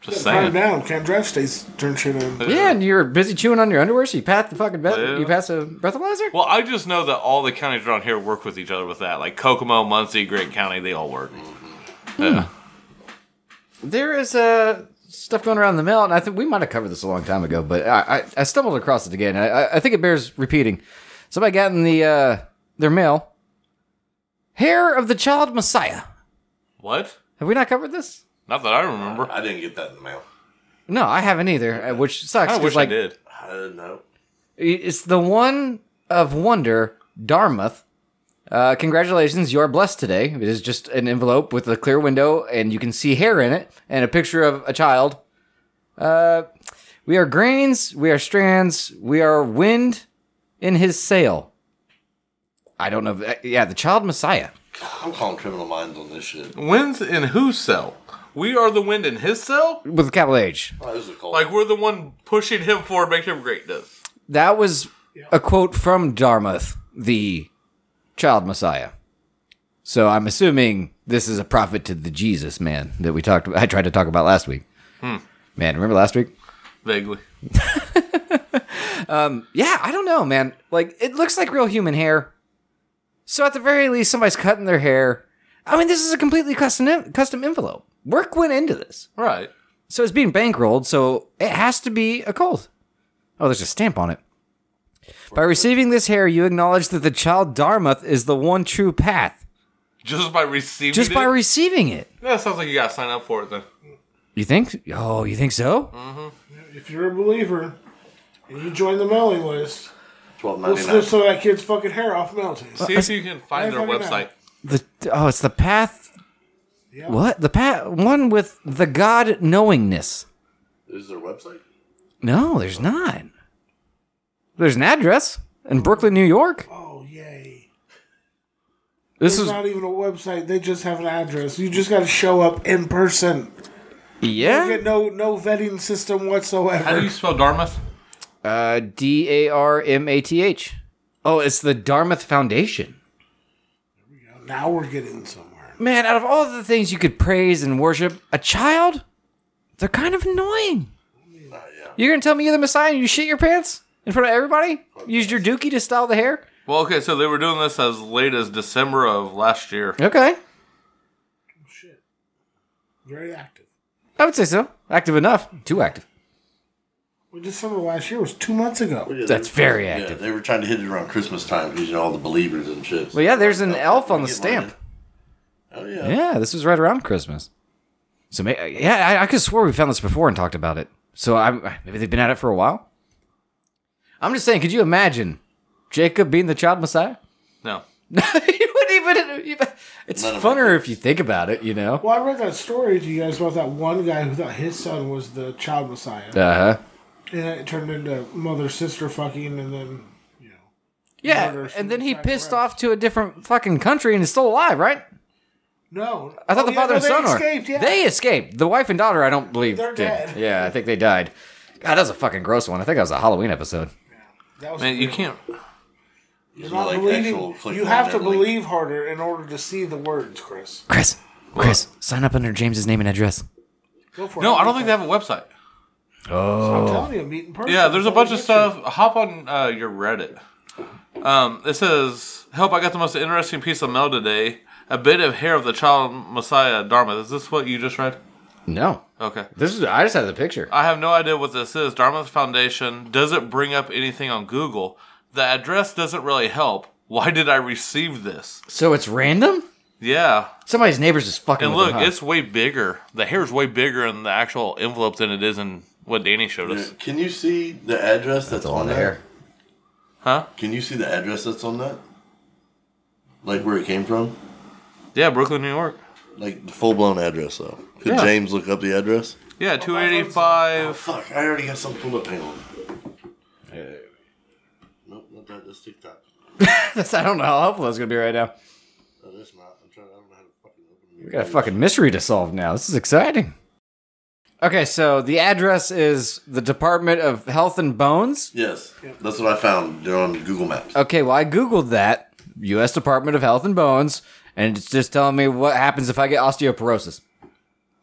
Just calm saying. down. Can't drive states turn shit in. Yeah, and you're busy chewing on your underwear, so you pass the fucking breath. Yeah. You pass a breathalyzer. Well, I just know that all the counties around here work with each other with that. Like Kokomo, Muncie, Grant County, they all work. Mm-hmm. Yeah. Hmm. There is uh, stuff going around in the mail, and I think we might have covered this a long time ago, but I, I, I stumbled across it again. I, I- I think it bears repeating. Somebody got in the uh, their mail hair of the child Messiah. What? Have we not covered this? Not that I remember. I didn't get that in the mail. No, I haven't either, uh, which sucks. I 'cause, wish like, I did. I didn't know. It's the one of wonder, Dartmouth. Uh, congratulations, you are blessed today. It is just an envelope with a clear window, and you can see hair in it and a picture of a child. Uh, we are grains, we are strands, we are wind in his sail. I don't know. if- uh, Yeah, the child Messiah. I'm calling criminal minds on this shit. Wins in whose cell? We are the wind in his cell? With a capital H. Oh, this is a cult. Like we're the one pushing him forward, making him great. Does That was a quote from Dartmouth, the child Messiah. So I'm assuming this is a prophet to the Jesus man that we talked. I tried to talk about [LAUGHS] last week. Man, remember last week? vaguely. Yeah, I don't know, man. Like it looks like real human hair. So at the very least, somebody's cutting their hair. I mean, this is a completely custom custom envelope. Work went into this, Right. so it's being bankrolled. So it has to be a cold. Oh, there's a stamp on it. By receiving this hair, you acknowledge that the child Darmuth is the one true path. Just by receiving Just by it? receiving it. that sounds like you gotta sign up for it then. You think? Oh, you think so? If you're a believer and you join the mailing list, Twelve we'll ninety snip nine. some of that kid's fucking hair off melting. Uh, See if you can find their I fucking website. The oh, it's the path. Yeah. What the path? One with the God knowingness. Is there a website? No, there's not. There's an address in Brooklyn, New York. Oh yay! This It's is not even a website. They just have an address. You just got to show up in person. You yeah. get no no vetting system How do whatsoever. you spell Dartmouth? Uh, D A R M A T H. Oh, it's the Dartmouth Foundation. now we're getting somewhere. Man, out of all the things you could praise and worship, a child, they're kind of annoying. You're gonna tell me you're the Messiah and you shit your pants in front of everybody? Used your dookie to style the hair? Well, okay, so they were doing this as late as December of last year. Okay, Shit. Very active. I would say so. Active enough, too active. Well, December last year was two months ago. Yeah, That's they- very yeah, active. they were trying to hit it around Christmas time because you know all the believers and shit. Well, yeah, there's an Oh, elf on the get mine. stamp. Oh yeah. Yeah, this was right around Christmas. So, may- yeah, I, I could swear we found this before and talked about it. So, I'm, maybe they've been at it for a while. I'm just saying, could you imagine Jacob being the child Messiah? No. [LAUGHS] you wouldn't even. you- It's None of funner if you think about it, you know. Uh-huh. Well, I read that story to you guys about that one guy who thought his son was the child messiah, Uh huh. and it turned into mother sister fucking, and then you know. Yeah, Murder, and then he suicide, pissed whatever. off to a different fucking country and is still alive, right? No, I thought Oh, the yeah, father no, and son they were. escaped. Yeah, They escaped. The wife and daughter, I don't believe, They're did. dead. Yeah, I think they died. God, that was a fucking gross one. I think that was a Halloween episode. that was Man, you pretty- can't. You're There's no, not like, actual believing. click You on have that to link. believe harder in order to see the words, Chris. Chris, Chris, sign up under James's name and address. Go for No, it. I don't think they have a website. I'm telling you, meet in person. Oh. Yeah, there's a That's all bunch of you get stuff. Hop on uh, your Reddit. Um, it says, "Help! I got the most interesting piece of mail today. A bit of hair of the child Messiah Dartmouth. Is this what you just read? No, Okay. this is. I just had the picture. I have no idea what this is. Dartmouth Foundation doesn't bring up anything on Google. The address doesn't really help. Why did I receive this? So it's random. Yeah. Somebody's neighbors is fucking. And with look, them, huh? it's way bigger. The hair's way bigger in the actual envelope than it is in what Danny showed us. Yeah, Can you see the address that's, [LAUGHS] on there? Huh? Can you see the address that's on that? Like where it came from? Yeah, Brooklyn, New York. Like the full blown address though. Could Yeah. James look up the address? Yeah, 285. Fuck, I already got something pulled up. Hang on. Nope, not that. That's TikTok. That's- I don't know how helpful that's gonna be right now. No, that's not. I'm trying. I don't know how to fucking open. We got a fucking mystery to solve now. This is exciting. Okay, so the address is the Department of Health and Bones. Yes, that's what I found. They're on Google Maps. Okay, well, I Googled that, U.S. Department of Health and Bones, and it's just telling me what happens if I get osteoporosis.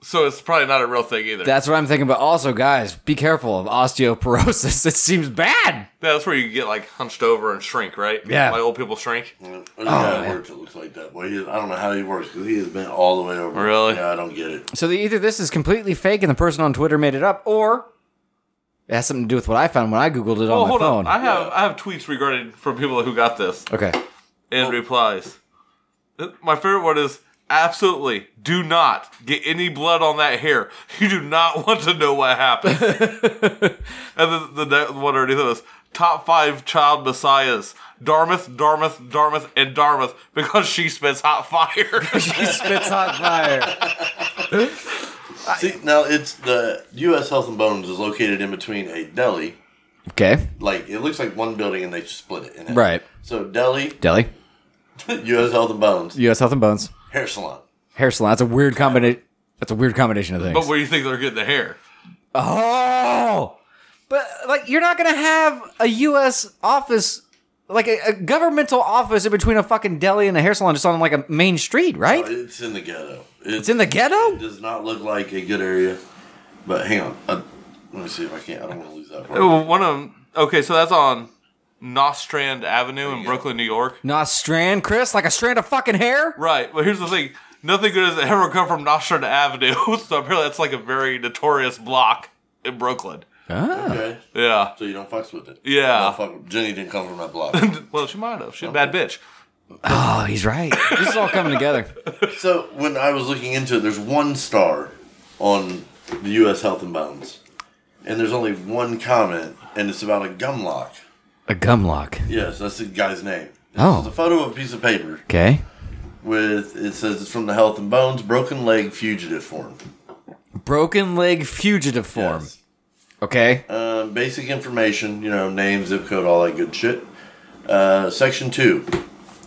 So it's probably not a real thing either. That's what I'm thinking, but also, guys, be careful of osteoporosis. [LAUGHS] It seems bad. That's where you get like hunched over and shrink, right? Yeah. Like old people shrink. Oh, guy works. It looks like that. Boy, he is, I don't know how he works because he has been all the way over. Really? Yeah, I don't get it. So the, either this is completely fake and the person on Twitter made it up, or it has something to do with what I found when I Googled it Oh, on my hold phone. on. I have I have tweets regarding from people who got this [LAUGHS] okay. and replies. My favorite one is absolutely do not get any blood on that hair. You do not want to know [LAUGHS] what happened. and then the next one underneath this top five child messiahs. Dartmouth, Dartmouth, Dartmouth, and Dartmouth because she spits hot fire. [LAUGHS] He spits hot fire. See, now it's the U.S. Health and Bones is located in between a deli. Okay. Like it looks like one building and they split it. In half. Right. So deli, [LAUGHS] Deli. U.S. Health and Bones, U.S. Health and Bones. hair salon. hair salon. That's a weird combination. That's a weird combination of but things. where do you think they're getting the hair? oh, but like you're not gonna have a U.S. office, like a, a governmental office in between a fucking deli and a hair salon, just on like a main street, right? It's in the ghetto. It's in the It ghetto. does not look like a good area. But hang on, I, let me see if I can't. I don't want to lose that. Part. Oh, One of them. Okay, so that's on Nostrand Avenue in Brooklyn, New York. Not strand, Chris, like a strand of fucking hair. Right. Well, here's the thing. Nothing good has [LAUGHS] ever come from Nostrand Avenue, so apparently that's like a very notorious block in Brooklyn. Oh. Okay. Yeah. So you don't fucks with it. Yeah. No, fuck, Jenny didn't come from that block. [LAUGHS] Well, she might have. She's a bad bitch. Oh, he's right. This is all coming together. so when I was looking into it, there's one star on the U.S. Health and Bounds, and there's only one comment, and it's about a gum lock. A gum lock. Yes, that's the guy's name. Oh. It's a photo of a piece of paper Okay. with it says it's from the Health and Bones broken leg fugitive form. Broken leg fugitive form. Yes. Okay. Um, basic information, you know, name, zip code, all that good shit. Uh, section two,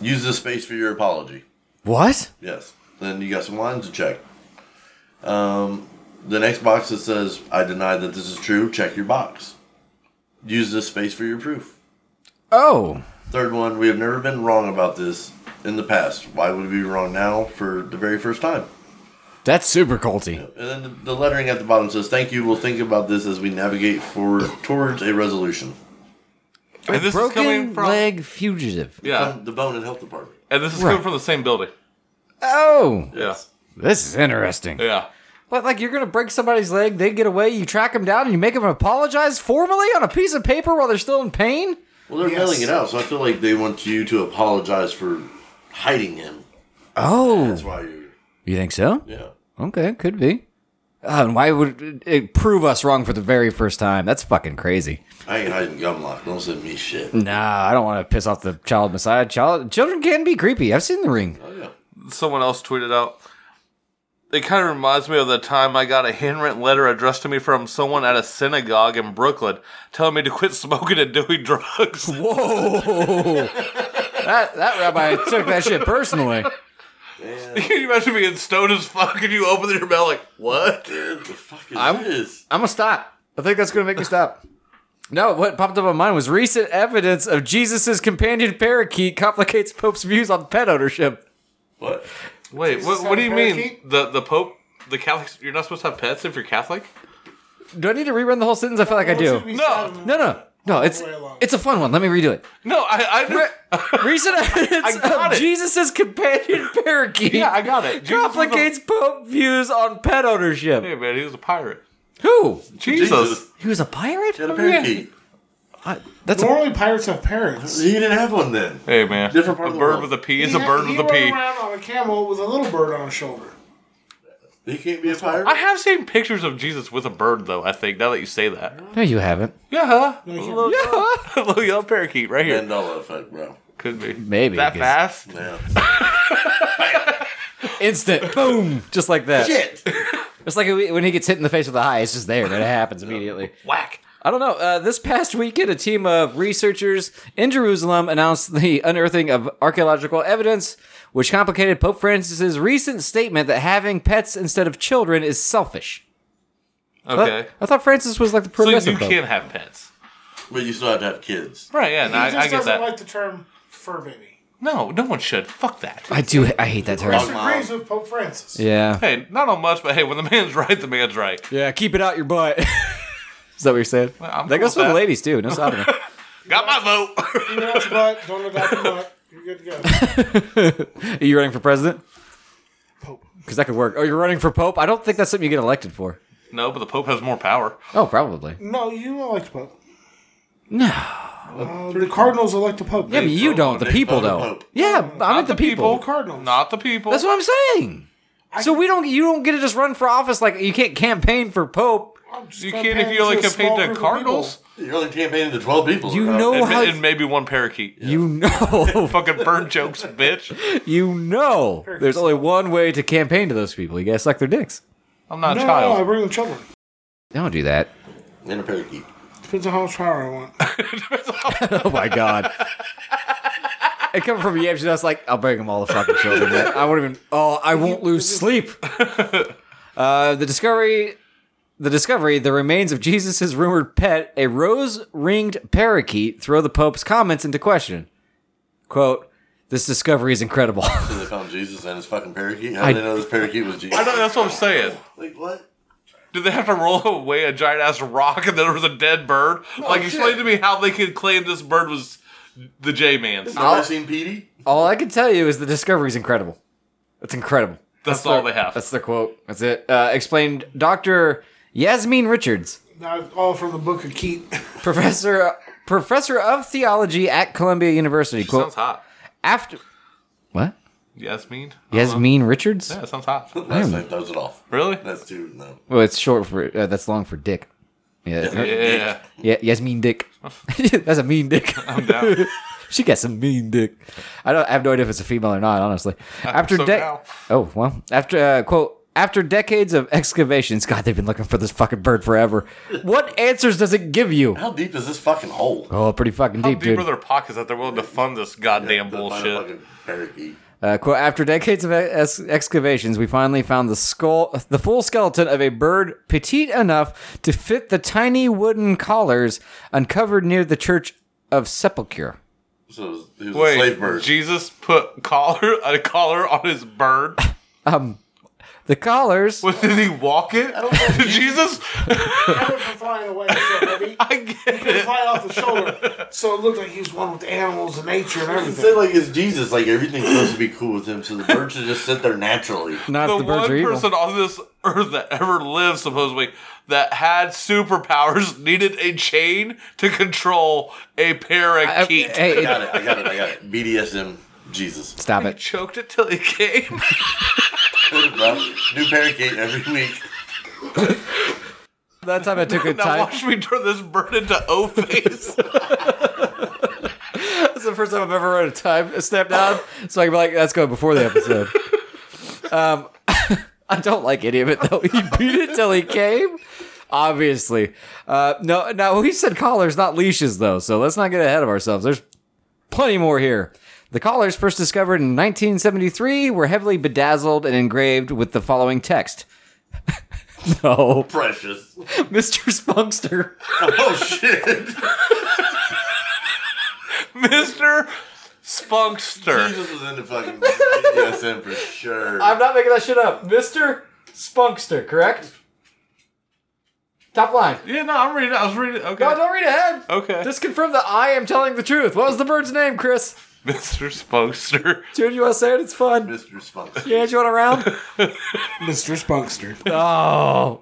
use this space for your apology. What? Yes. Then you got some lines to check. Um, the next box that says, I deny that this is true, check your box. Use this space for your proof. Oh. Third one, we have never been wrong about this in the past. Why would we be wrong now for the very first time? That's super culty. And then the- the lettering at the bottom says, Thank you. We'll think about this as we navigate forward towards a resolution. And this is coming Broken from leg fugitive. yeah, From the Bone and Health Department. and this is Right. coming from the same building. Oh. Yeah, This is interesting. yeah, But like you're gonna break somebody's leg, they get away, you track them down, and you make them apologize formally on a piece of paper while they're still in pain? Well, they're mailing it out, so I feel like they want you to apologize for hiding him. Oh. That's why you. You think so? Yeah. Okay, could be. Oh, and why would it, it prove us wrong for the very first time? That's fucking crazy. I ain't hiding Gumlock. Don't send me shit. Nah, I don't want to piss off the child messiah. Child children can be creepy. I've seen the ring. Oh, yeah. Someone else tweeted out. It kind of reminds me of the time I got a handwritten letter addressed to me from someone at a synagogue in Brooklyn, telling me to quit smoking and [LAUGHS] doing drugs. Whoa! that that rabbi [LAUGHS] took that shit personally. Can [LAUGHS] you imagine being stoned as fuck and you open your mail like, what? What the fuck is I'm- this? I'm gonna stop. I think that's gonna make me stop. No, what popped up on mine was recent evidence of Jesus' companion parakeet complicates Pope's views on pet ownership. What? Wait, what, what do you have a mean? parakeet? The the Pope, the Catholics, you're not supposed to have pets if you're Catholic? Do I need to rerun the whole sentence? I feel like I do. No. No, no, no. It's it's a fun one. Let me redo it. No, I, [LAUGHS] I Recent evidence got of it. Jesus' [LAUGHS] companion parakeet [LAUGHS] Yeah, I got it. Jesus was a- [LAUGHS] complicates Pope views on pet ownership. [LAUGHS] Hey, man, he was a pirate. Who? Jesus. He was a pirate. Oh, He had a parakeet. I- that's a, Normally, pirates have parents. He didn't have one then. Hey, man. Different part a of the bird world. with a P is He a had- bird with he a rode P. around on a camel with a little bird on his shoulder. He can't be a pirate. I have seen pictures of Jesus with a bird, though, I think, now that you say that. no, you haven't. Yeah. A can't- little, yeah. [LAUGHS] little yellow parakeet right here. Mandela effect, bro. Could be. Maybe, That 'cause- fast? Yeah. Instant boom, just like that. Shit. It's like when he gets hit in the face with a high, it's just there, and it happens immediately. [LAUGHS] Whack. I don't know. Uh, this past weekend, a team of researchers in Jerusalem announced the unearthing of archaeological evidence, which complicated Pope Francis's recent statement that having pets instead of children is selfish. I- Okay. I, thought Francis was like the So progressive you pope. can have pets. But you still have to have kids. Right, yeah, no, He I, just I get doesn't that. like the term fur baby. no, no one should. Fuck that. I do. I hate that term. Which agrees with Pope Francis. Yeah. Hey, not on much, but hey, when the man's right, the man's right. Yeah. Keep it out your butt. [LAUGHS] is that what you're saying? I'm that goes cool with for the that. ladies too. No [LAUGHS] sodomy. Got my vote. [LAUGHS] You know what you want, don't adopt your mutt. You're good to go. Are you running for president? Pope. Because that could work. Oh, you're running for pope. I don't think that's something you get elected for. no, but the Pope has more power. Oh, probably. No, you don't like the Pope. No. Uh, the Cardinals elect a Pope. Yeah, but you vote don't. on The it. people Vote on don't. Pope. Yeah, I'm at the people. Cardinals. Not the people. That's what I'm saying. So we don't. You don't get to just run for office like you can't campaign for pope. I'm just you comparing can't if it you only a small campaign group to of Cardinals. people. You're only campaigning to 12 people. Uh, You bro. know And, how. and maybe one parakeet. You know. [LAUGHS] Fucking bird [LAUGHS] jokes, bitch. you know. There's only one way to campaign to those people. You gotta suck their dicks. I'm not No, a no, I child. bring the children. Don't do that. And a parakeet. Depends on how much power I want. Oh my god. And coming from Yamcha, that's like, I'll bring them all the fucking children. Man. I won't even. Oh, I won't lose sleep. Uh, the discovery, the discovery, the remains of Jesus' rumored pet, a rose-ringed parakeet, throw the Pope's comments into question. "Quote: This discovery is incredible." [LAUGHS] So they found Jesus and his fucking parakeet. How did they know this parakeet was Jesus? I don't, that's what I'm saying. Like, what? Did they have to roll away a giant ass rock and there was a dead bird? like, explain to me how they could claim this bird was the J Man's. Have I seen Petey? all I can tell you is the discovery is incredible. It's incredible. That's their- all they have. That's their quote. That's it. Uh, explained Doctor Yasmin Richards. Not all from the book of Keat. [LAUGHS] Professor Professor of Theology at Columbia University. She Quote sounds hot. after what? Yasmin. I don't know. Yasmin Richards? Yeah, it sounds hot. Last name throws it off. Really? That's too no. Well, it's short for uh, that's long for dick. Yeah, yeah, Yeah. Yasmin [LAUGHS] Dick. [LAUGHS] that's a mean dick. I'm down. [LAUGHS] she got some mean dick. I don't I have no idea if it's a female or not, honestly. After Uh, so de- now. Oh, well, after uh, quote after decades of excavations, God, they've been looking for this fucking bird forever. What answers does it give you? How deep is this fucking hole? Oh, pretty fucking deep, How deep dude. are their pockets that they're willing to fund this goddamn They'll find a bullshit? fucking parakeet. Uh, quote, after decades of ex- excavations, we finally found the skull, the full skeleton of a bird petite enough to fit the tiny wooden collars uncovered near the church of sepulchre. So it was, it was a slave Wait, bird. Jesus put collar a collar on his bird. [LAUGHS] The collars, What, Did he walk it? Did [LAUGHS] Jesus? I went from flying away so heavy. I get He it. fly off the shoulder, so it looked like he was one with animals and nature and It said everything. like it's Jesus, like everything's supposed to be cool with him, so the bird should just sit there naturally. not The if the birds one are evil. person on this earth that ever lived, supposedly, that had superpowers needed a chain to control a I- parakeet. Uh, [LAUGHS] hey, it- Got it, I got it, I got it. BDSM Jesus. stop he [LAUGHS] it. choked it till he came. [LAUGHS] New parakeet every week. That time I took [LAUGHS] a now time. watch me turn this bird into O face. [LAUGHS] That's the first time I've ever read a time a step down, so I can be like, "That's going before the episode." um, [LAUGHS] I don't like any of it though. He beat it till he came. Obviously, uh, no. Now we said collars, not leashes, though. So let's not get ahead of ourselves. There's plenty more here. The collars, first discovered in 1973, were heavily bedazzled and engraved with the following text. [LAUGHS] no, [LAUGHS] Precious. Mr. Spunkster. Oh shit. Mr. Spunkster. Jesus was into fucking BDSM for sure. I'm not making that shit up. Mr. Spunkster, correct? Top line. Yeah, no, I'm reading. I was reading. Okay. No, don't read ahead. Okay. Just confirm that I am telling the truth. What was the bird's name, Chris? Mr. Spunkster. Dude, you want to say it? It's fun. Mr. Spunk. Yeah, you want around? [LAUGHS] Mr. Spunkster. oh.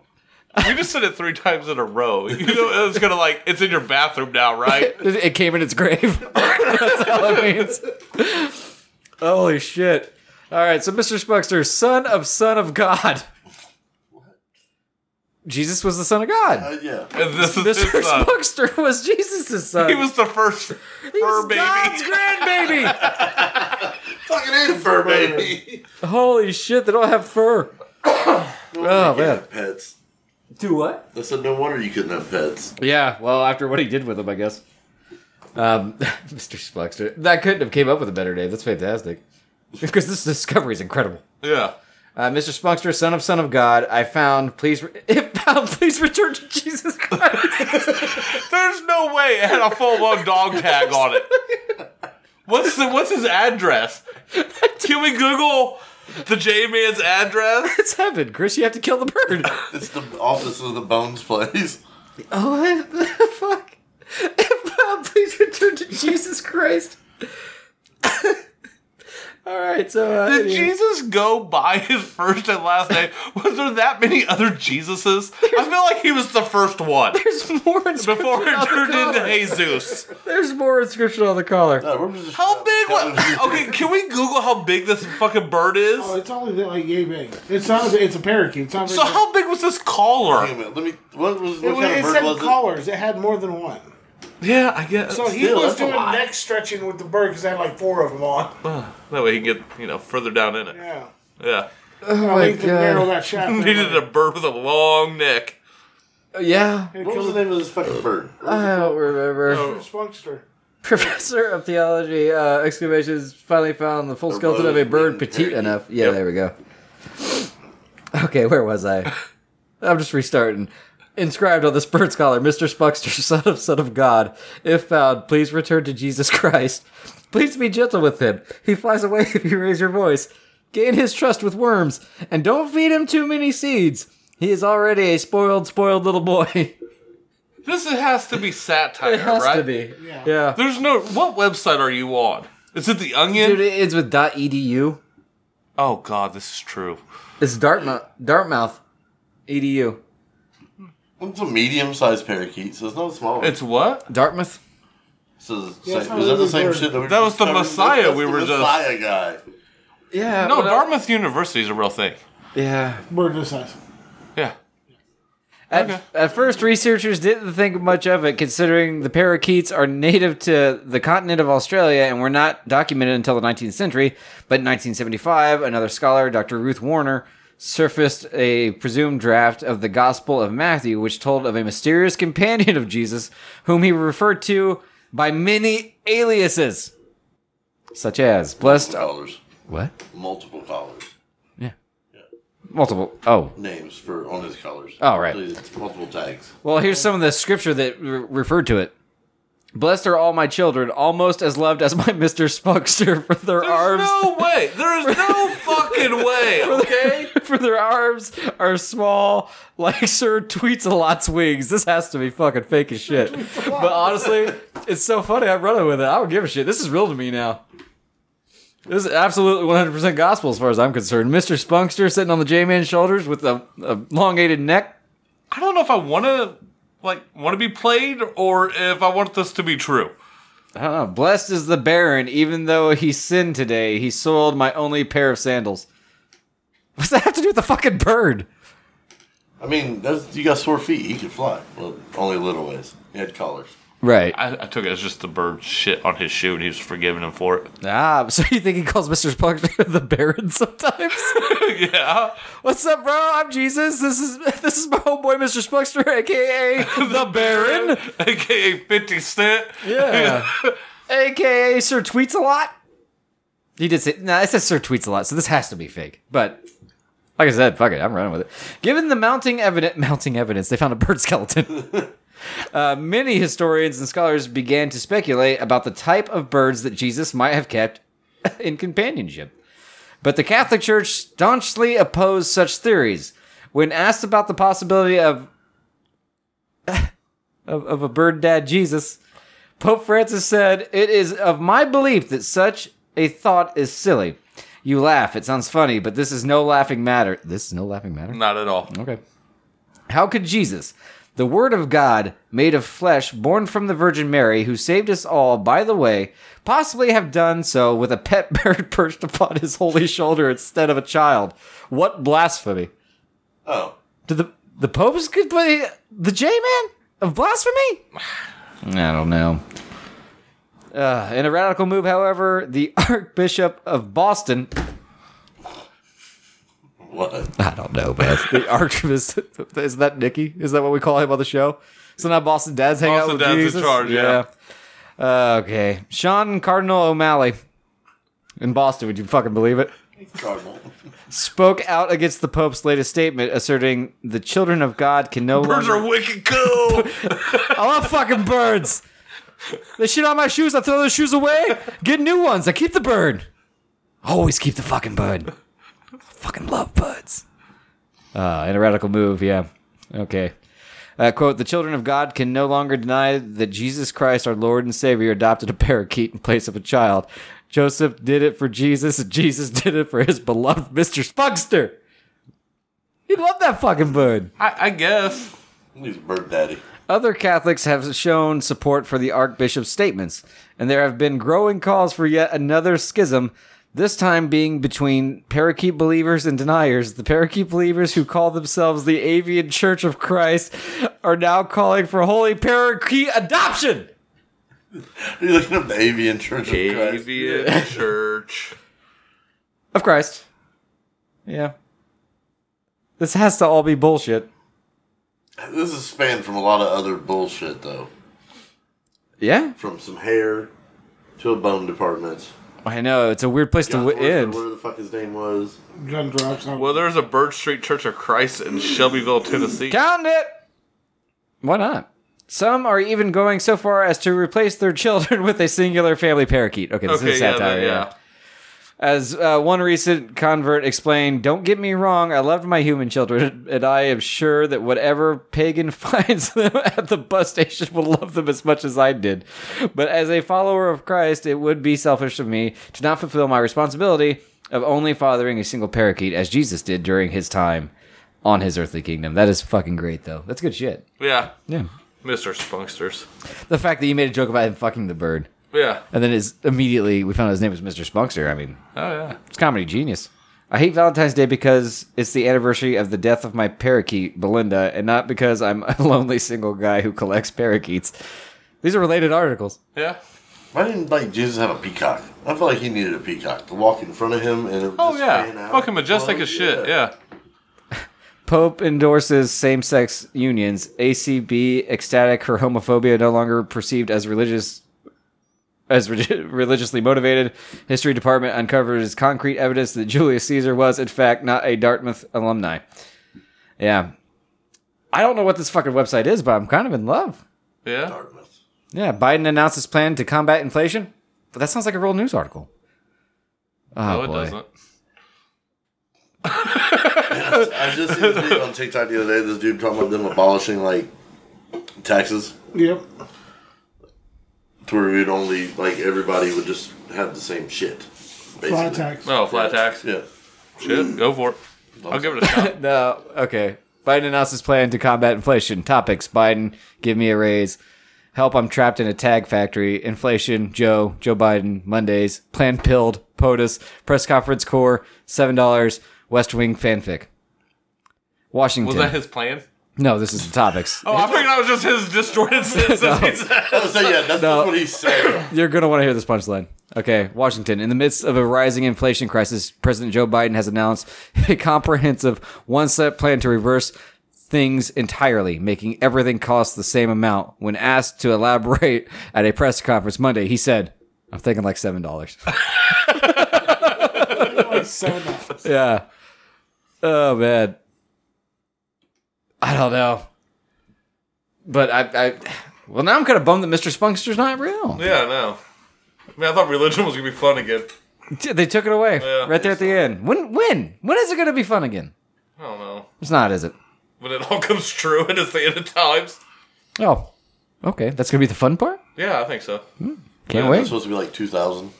You just said it three times in a row. You know, it's gonna like, it's in your bathroom now, right? It, it came in its grave. [LAUGHS] That's all it means. Holy shit. All right, so Mr. Spunkster, son of son of God. Jesus was the son of God. Uh, yeah. And [LAUGHS] this is his Mr. son. Spunkster was Jesus' son. He was the first He was fur baby. [LAUGHS] God's grandbaby. Fucking ate a fur baby. [LAUGHS] Holy shit, they don't have fur. Oh man. Pets. Do what? I said no wonder you couldn't have pets. Yeah, well, after what he did with them, I guess. Um, [LAUGHS] Mr. Spluxter. That couldn't have came up with a better name. That's fantastic. Because this discovery is incredible. Yeah. Uh, Mr. Spunkster, son of son of God, I found, please, re- [LAUGHS] if found, please return to Jesus Christ. [LAUGHS] There's no way it had a full blown dog tag on it. What's the, what's his address? Can we Google the J Man's address? it's heaven, Chris. You have to kill the bird. It's the office of the bones place. Oh, [LAUGHS] what the fuck? If found, please return to Jesus Christ. [LAUGHS] All right, so uh, Did anyway. Jesus go by his first and last name? Was there that many other Jesuses? I feel like he was the first one There's more inscription before on it the turned collar. into Jesus. There's more inscription on the collar. Uh, we're just- How big was? That [LAUGHS] Okay, can we Google how big this fucking bird is? Oh, it's only like yay big. It's not. A, it's a parakeet. It's not. So very- how big was this collar? Wait a minute, Let me. What was? It, What was, kind it of bird said was it? collars. It had more than one. Yeah, I guess. So he Still, was that's a doing lot. neck stretching with the bird because they had like four of [LAUGHS] them on. that way he can get you know further down in it. Yeah. Yeah, Oh I think God. narrow [LAUGHS] that shaft. needed a bird with a long neck. Yeah, What was the name of this fucking bird? I don't remember. Spunkster. [LAUGHS] Professor of theology, uh, excavations finally found the full skeleton of a rose bird wing petite parakeet. enough. Yeah, E. Yep. there we go. Okay, where was [LAUGHS] I? I'm just restarting. Inscribed on this bird's collar, Mr. Spuckster, [LAUGHS] son of son of God, if found, please return to Jesus Christ. Please be gentle with him. He flies away [LAUGHS] if you raise your voice. Gain his trust with worms, and don't feed him too many seeds. He is already a spoiled, spoiled little boy. [LAUGHS] This has to be satire, it has right? to be. Yeah. yeah. There's no. What website are you on? Is it the Onion? Dude, it's with E .edu. oh God, this is true. E It's Dartmouth. Dartmouth. Edu. It's a medium sized parakeet, so it's not a small one. It's what? Dartmouth. so it's the Yeah, it's same- not is that the really same bird. shit that we That was the discovered? Messiah That's we the were just- Messiah guy. Yeah. No, what I- Dartmouth University is a real thing. Yeah. Bird this size. Yeah. At, Okay. at first, researchers didn't think much of it, considering the parakeets are native to the continent of Australia and were not documented until the 19th century. But in 1975, another scholar, Dr. Ruth Warner, surfaced a presumed draft of the Gospel of Matthew, which told of a mysterious companion of Jesus, whom he referred to by many aliases, such as blessed. Collars. What? Multiple collars. Multiple. Oh, Names for on his collars. Oh, right. So it's multiple tags. Well, here's some of the scripture that re- referred to it. Blessed are all my children, almost as loved as my [LAUGHS] Mr. Spunkster, [LAUGHS] for their There's arms. no way. [LAUGHS] There's no fucking way, okay? For their arms are small, like [LAUGHS] Sir Tweets a Lot's wings. This has to be fucking fake as shit. But honestly, it's so funny. I'm running with it. I don't give a shit. This is real to me now. This is absolutely 100% gospel as far as I'm concerned. Mr. Spunkster sitting on the J-Man's shoulders with a, a elongated neck. I don't know if I want to like want to be played or if I want this to be true. I don't know. Blessed is the Baron, even though he sinned today, he soiled my only pair of sandals. What's that have to do with the fucking bird? I mean, that's, you got sore feet. He could fly. Well, only little ways. He had collars. Right. I, I took it as just the bird shit on his shoe and he was forgiving him for it. Ah, so you think he calls Mr. Spunk [LAUGHS] the Baron sometimes? [LAUGHS] [LAUGHS] yeah. What's up, bro? I'm Jesus. This is this is my homeboy, Mr. Spunkster, aka [LAUGHS] the Baron, AKA 50 Cent. Yeah. aka Sir Tweets a lot. He did say, nah, it says Sir Tweets a lot, so this has to be fake. But like I said, fuck it, I'm running with it. Given the mounting evidence, mounting evidence, they found a bird skeleton. Uh, many historians and scholars began to speculate about the type of birds that Jesus might have kept [LAUGHS] in companionship. But the Catholic Church staunchly opposed such theories. When asked about the possibility of [LAUGHS] of, of a bird dad Jesus, Pope Francis said, It is of my belief that such a thought is silly. You laugh, it sounds funny, but this is no laughing matter. This is no laughing matter? Not at all. Okay. How could Jesus, the Word of God, made of flesh, born from the Virgin Mary, who saved us all, by the way, possibly have done so with a pet [LAUGHS] bird perched upon his holy shoulder instead of a child? What blasphemy! Oh. Did the the popes could play the J man of blasphemy? [SIGHS] I don't know. Uh, in a radical move, however, the [LAUGHS] Archbishop of Boston, What? [LAUGHS] I don't know, man. The Archbishop [LAUGHS] is that Nicky? Is that what we call him on the show? So now Boston Dad's hang out Boston with Dad's in Jesus. charge, yeah. Yeah. Uh, okay, Sean Cardinal O'Malley in Boston. Would you fucking believe it? Cardinal. [LAUGHS] Spoke out against the Pope's latest statement, asserting the children of God can no Birds longer are wicked cool. I love fucking birds. They shit on my shoes. I throw those shoes away. Get new ones. I keep the bird. Always keep the fucking bird. fucking love birds. Uh, in a radical move, yeah. Okay. Uh, quote, the children of God can no longer deny that Jesus Christ, our Lord and Savior, adopted a parakeet in place of a child. Joseph did it for Jesus, and Jesus did it for his beloved Mr. Spunkster. He loved that fucking bird. [LAUGHS] I, I guess. He's a bird daddy. Other Catholics have shown support for the Archbishop's statements, and there have been growing calls for yet another schism, this time being between parakeet believers and deniers. The parakeet believers who call themselves the Avian Church of Christ are now calling for holy parakeet adoption. Are you looking up the avian church of Christ? Avian Church. Of Christ. Yeah. This has to all be bullshit. This is spanned from a lot of other bullshit, though. Yeah? From some hair to a bone department. I know, it's a weird place to John w- Orford, end. Whatever the fuck his name was. Gun drops out. Well, there's a Bird Street Church of Christ in Shelbyville, Tennessee. Count it. Why not? Some are even going so far as to replace their [LAUGHS] children with a singular family parakeet. Okay, this Okay, is yeah, satire. that- yeah. yeah. As uh, one recent convert explained, "Don't get me wrong. I loved my human children, [LAUGHS] and I am sure that whatever pagan [LAUGHS] finds them at the bus station will love them as much as I did. But as a follower of Christ, it would be selfish of me to not fulfill my responsibility of only fathering a single parakeet, as Jesus did during his time on his earthly kingdom. That is fucking great, though. That's good shit. Yeah. Yeah. Mr. Spunksters. The fact that you made a joke about him fucking the bird, Yeah. and then is immediately we found out his name was Mr. Spunkster. I mean, Oh, yeah. it's comedy genius. I hate Valentine's Day because it's the anniversary of the death of my parakeet, Belinda, and not because I'm [LAUGHS] a lonely single guy who collects parakeets. These are related articles. Yeah. Why didn't like Jesus have a peacock? I felt like he needed a peacock to walk in front of him and it would Oh, just fan yeah. out. Oh, Fucking majestic Well, as shit. Yeah. Pope endorses same sex unions. ACB ecstatic her homophobia no longer perceived as religious as re- [LAUGHS] religiously motivated. History department uncovers concrete evidence that Julius Caesar was in fact not a Dartmouth alumni. Yeah. I don't know what this fucking website is, but I'm kind of in love. Yeah. Dartmouth. Yeah, Biden announced his plan to combat inflation, but that sounds like a real news article. Oh, No, it boy. doesn't. I just seen this video on TikTok the other day. This dude talking about them abolishing like taxes Yep. to where we'd only like everybody would just have the same shit. Basically. Flat tax. No, Oh, flat tax. Yeah. Shit. Go for it. I'll give it a shot. No, okay. Biden announced his plan to combat inflation. Topics Biden, give me a raise. Help, I'm trapped in a tag factory. Inflation, Joe, Joe Biden, Mondays. Plan pilled, POTUS. Press conference core, $7. West Wing fanfic. Washington. Was that his plan? no, this is the topics. Oh, I figured that was just his [LAUGHS] distorted sense. I was saying, yeah, that's, that's what he said. [LAUGHS] You're going to want to hear this punchline. Okay, Washington. In the midst of a rising inflation crisis, President Joe Biden has announced a comprehensive one step plan to reverse things entirely, making everything cost the same amount. When asked to elaborate [LAUGHS] at a press conference Monday, he said, I'm thinking like $7. So [LAUGHS] nice. yeah. Oh, man. I don't know. But I. I well, now I'm kind of bummed that Mr. Spunkster's not real. Yeah, no. I mean, I thought religion was gonna be fun again. T- They took it away Yeah. right there at the end. When when when is it going to be fun again? I don't know. It's not, is it? When it all [LAUGHS] comes true and it's the end of times. Oh, okay. That's going to be the fun part. Yeah, I think so. Can't It's wait. supposed to be like 2000. Uh,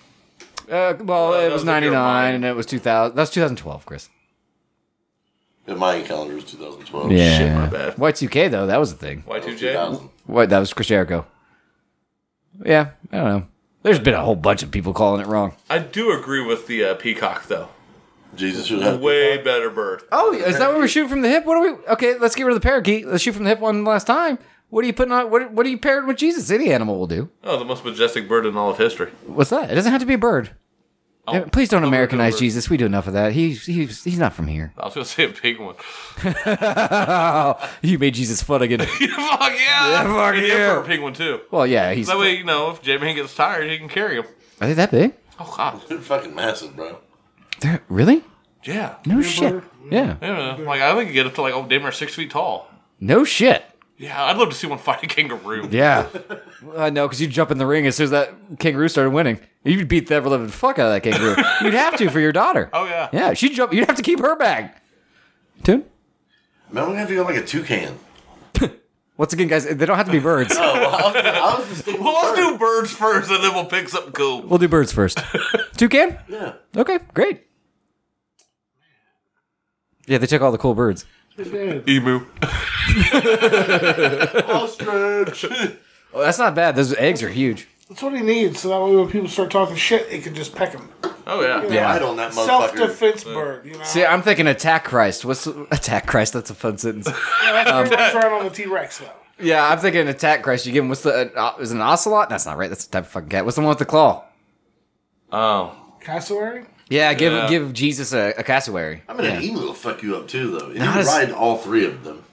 well, it that was was gonna be ninety your nine, mind. and it was two thousand. That's two thousand twelve, Chris. In my calendar, it was 2012. Shit, my bad. Y two K though, that was a thing. Y2J. 2000. What? That was Chris Jericho. Yeah, I don't know. There's been a whole bunch of people calling it wrong. I do agree with the uh, peacock though. Jesus should have. Way better bird. Oh, is that what we're shooting from the hip? What are we? Okay, let's get rid of the parakeet. Let's shoot from the hip one last time. What are you putting on? What, what are you pairing with Jesus? Any animal will do. Oh, the most majestic bird in all of history. What's that? It doesn't have to be a bird. Yeah, Please don't Americanize bird. Jesus. We do enough of that. He's he's he's not from here. I was gonna say a big one. You made Jesus fun again. fuck [LAUGHS] yeah! Yeah, fuck And yeah. for a penguin too. [LAUGHS] well, yeah, he's. That way, you know, if J-Man gets tired, he can carry him. Are they that big? Oh god. They're [LAUGHS] fucking massive, bro. They're really Yeah. no shit. Yeah, Yeah, like I think you get up to like oh damn near six feet tall. no shit. Yeah, I'd love to see one fight a [LAUGHS] kangaroo. Yeah, [LAUGHS] I know because you jump in the ring as soon as that kangaroo started winning. You'd beat the ever living fuck out of that [LAUGHS] kangaroo. you'd have to for your daughter. Oh yeah. Yeah, she'd jump. You'd have to keep her back. Dude, Man, we're gonna have to go like a toucan. once again, guys, they don't have to be [LAUGHS] birds. I was just thinking. Well, let's do birds first, and then we'll pick something cool. We'll do birds first. [LAUGHS] Toucan. Yeah. Okay, great. Yeah, they took all the cool birds. Emu. Ostrich. [LAUGHS] Oh, that's not bad. Those eggs are huge. That's what he needs. So that way, when people start talking shit, it can just peck him. Oh yeah. Yeah. Right on that Self motherfucker. defense bird. You know. See, I'm thinking attack Christ. What's [LAUGHS] attack Christ? That's a fun sentence. Yeah, that's um, pretty much right on the T Rex though. yeah, I'm thinking attack Christ. You give him what's the uh, is it an ocelot? That's not right. That's the type of fucking cat. What's the one with the claw? Oh. Cassowary. Yeah, give Yeah. give Jesus a, a cassowary I mean, an emu will fuck you up too, though. If you Not as- ride all three of them,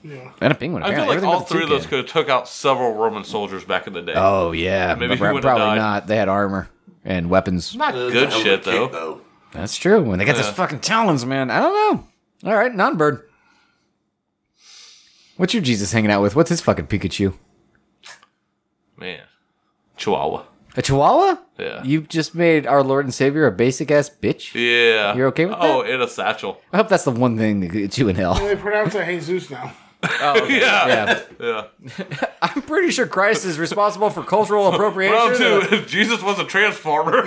and a penguin. I feel apparently. like Everything all but the three of those toucan. could have took out several Roman soldiers back in the day. Oh yeah, Maybe But he wouldn't have probably died. not. They had armor and weapons. Not Uh, good that would shit kick, though. That's true. When they got those Yeah. fucking talons, man. I don't know. All right, non-bird. What's your Jesus hanging out with? What's his fucking Pikachu? Man. Chihuahua. A Chihuahua? Yeah. You just made our Lord and Savior a basic ass bitch. yeah. You're okay with Oh, in a satchel. I hope that's the one thing that gets you in hell. They pronounce it Jesus now. Oh, [LAUGHS] yeah. yeah. Yeah. [LAUGHS] I'm pretty sure Christ is responsible for [LAUGHS] cultural appropriation. Round two, if Jesus was a transformer. [LAUGHS]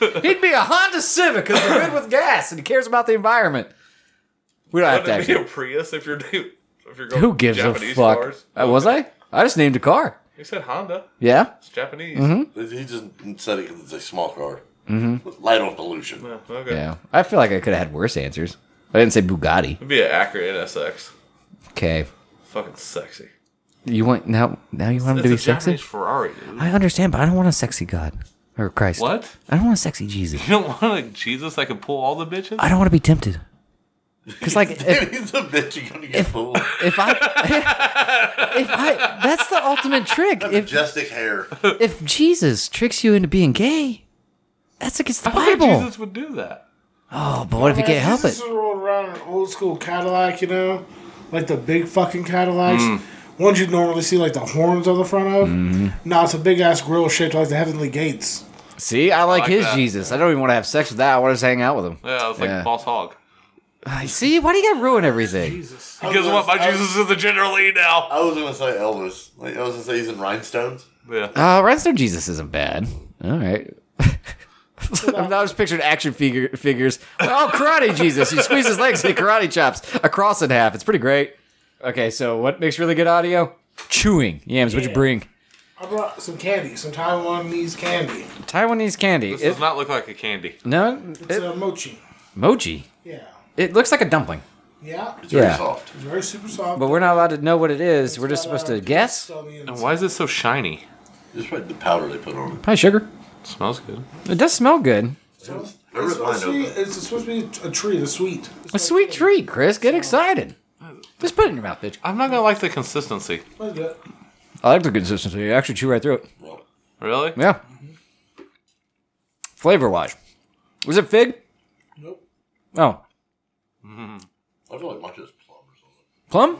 He'd be a Honda Civic because they're good with gas and he cares about the environment. We don't have to Wouldn't it be actually. a Prius if you're if you're going Who gives Japanese a fuck? Cars. Uh, was I? I just named a car. You said Honda. Yeah. It's Japanese. Mm-hmm. He just said it because it's a small car. With light on pollution. Yeah, Oh, okay. Yeah. I feel like I could have had worse answers. I didn't say Bugatti. It'd be an Acura NSX. Okay. Fucking sexy. You want now? Now you want him It's to be a sexy? Japanese Ferrari, dude. I understand, but I don't want a sexy God or Christ. What? I don't want a sexy Jesus. You don't want a Jesus that can pull all the bitches? I don't want to be tempted. Because like if, [LAUGHS] He's a bitch. You're gonna get fooled. if [LAUGHS] I if I that's the ultimate trick. If Majestic hair. if Jesus tricks you into being gay, that's against the I Bible. Jesus would do that. Oh, but what if you can't help Jesus it? was rolling around in an old school Cadillac, you know, like the big fucking Cadillacs. Ones you'd normally see like the horns on the front of. Mm-hmm. No, it's a big ass grill shaped like the heavenly gates. See, I like, like his that. Jesus. I don't even want to have sex with that. I want to just hang out with him. Yeah, it's like Yeah. boss hog. I see. Why do you gotta ruin everything? Guess what? My I was- Jesus is the general lead now. I was gonna say Elvis. Like I was gonna say he's in rhinestones. Yeah. Uh, Rhinestone Jesus isn't bad. All right. [LAUGHS] I'm now just picturing action figure, figures. Oh, karate Jesus! He squeezes his legs, he karate chops across in half. It's pretty great. Okay, so what makes really good audio? Chewing yams. What'd you bring? I brought some candy, some Taiwanese candy. Taiwanese candy. This It- does not look like a candy. no, It's it, a mochi. mochi. Yeah. It looks like a dumpling, Yeah. It's very Yeah. soft. It's very super soft. but we're not allowed to know what it is. We're just Got, supposed uh, to guess. on the And inside. why is it so shiny? Just like the powder they put on it. Hi, sugar. It smells good. It does smell good. I It's supposed, to be, really it's supposed to be a treat, a sweet. A sweet treat, Chris. Get excited. Just put it in your mouth, bitch. I'm not gonna like the consistency. That's good. I like the consistency. You actually chew right through it. Well, Really? Yeah. Flavor wise, was it fig? Nope. Oh, I feel like much is plum or something.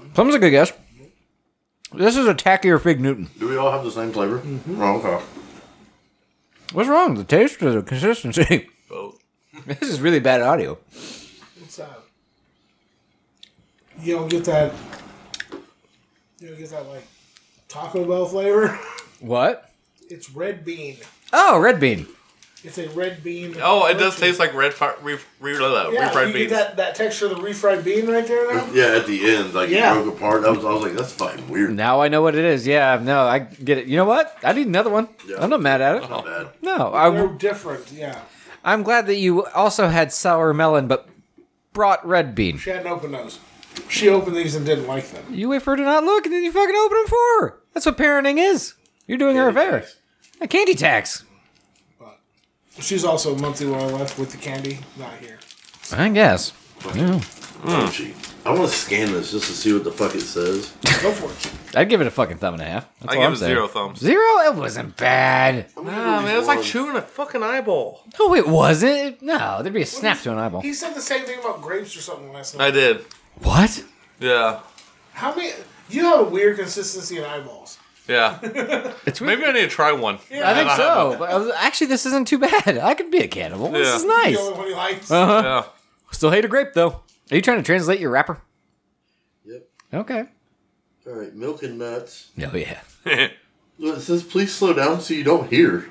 plum. Plum's a good guess. This is a tackier fig Newton. Do we all have the same flavor? Oh, okay. What's wrong? The taste or the consistency? [LAUGHS] Both. this is really bad audio. It's, uh, you don't get that. You don't get that like Taco Bell flavor. [LAUGHS] What? It's red bean. Oh, red bean. It's a red bean. Oh, it does mochi. taste like red fi- re- re- uh, Yeah, refried you beans. Get that, that texture of the refried bean right [LAUGHS] there now. Yeah, at the end, like Yeah. it broke apart. I was, I was like, that's fucking weird. Now I know what it is. Yeah, no, I get it. You know what? I need another one. Yeah. Uh-huh. I'm not mad at it. Not bad. No, They're I, different, yeah. I'm glad that you also had sour melon, but brought red bean. She had an open nose. She opened these and didn't like them. You wait for her to not look, and then you fucking open them for her. That's what parenting is. You're doing her a favor. A candy tax. She's also a monthly while I left with the candy. Not here. I guess. Mochi. Hmm. I want to scan this just to see what the fuck it says. Go for it. I'd give it a fucking thumb and a half. That's I all give I'm it saying. zero thumbs. Zero? It wasn't bad. Ah, Nah, man, it's like chewing a fucking eyeball. No, it wasn't. No, there'd be a snap to an eyeball. He said the same thing about grapes or something last night. I did. What? Yeah. How many? You have a weird consistency in eyeballs. Yeah. It's weird. Maybe I need to try one. I think so. But I was- actually, this isn't too bad. I could be a cannibal. This Yeah. is The nice. Uh-huh. only one he likes. Yeah. Still hate a grape, though. Are you trying to translate your rapper? Yep. Okay. All right, milk and nuts. Oh, yeah. Look, It says, please slow down so you don't hear.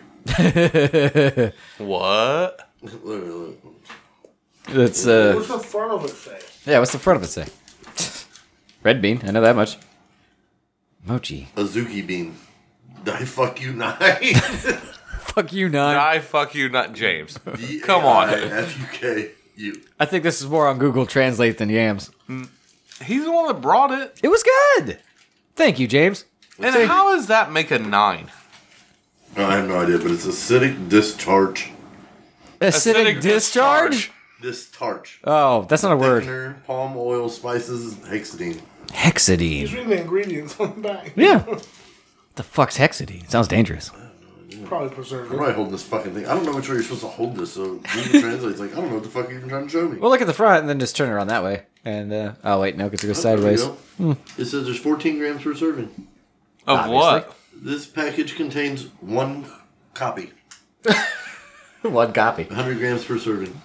What? Look, look, look. That's, uh, What's the front of it say? yeah, what's the front of it say? Red bean. I know that much. Mochi. Azuki bean. I [LAUGHS] fuck [LAUGHS] you nice. Fuck you, nine. I fuck you, [LAUGHS] not James. Come on. F U K U. I think this is more on Google Translate than Yams. He's the one that brought it. It was good. Thank you, James. And how does that make a nine? No, I have no idea, but it's acidic discharge. Acidic, discharge? Discharge. Oh, that's not a word. Thickener, palm oil, spices, hexadine. He's Hexadine. reading the ingredients on the back. Yeah. the fuck's hexadine? It sounds dangerous. Probably Why preservative. am I holding this fucking thing? I don't know which way you're supposed to hold this, so Google Translate's like, I don't know what the fuck you're even trying to show me. We'll look at the front and then just turn around that way. And uh, oh wait, no, because it goes There we sideways. Hmm. go. It says there's 14 grams per serving. Of what? This package contains one copy. One copy. 100 grams per serving.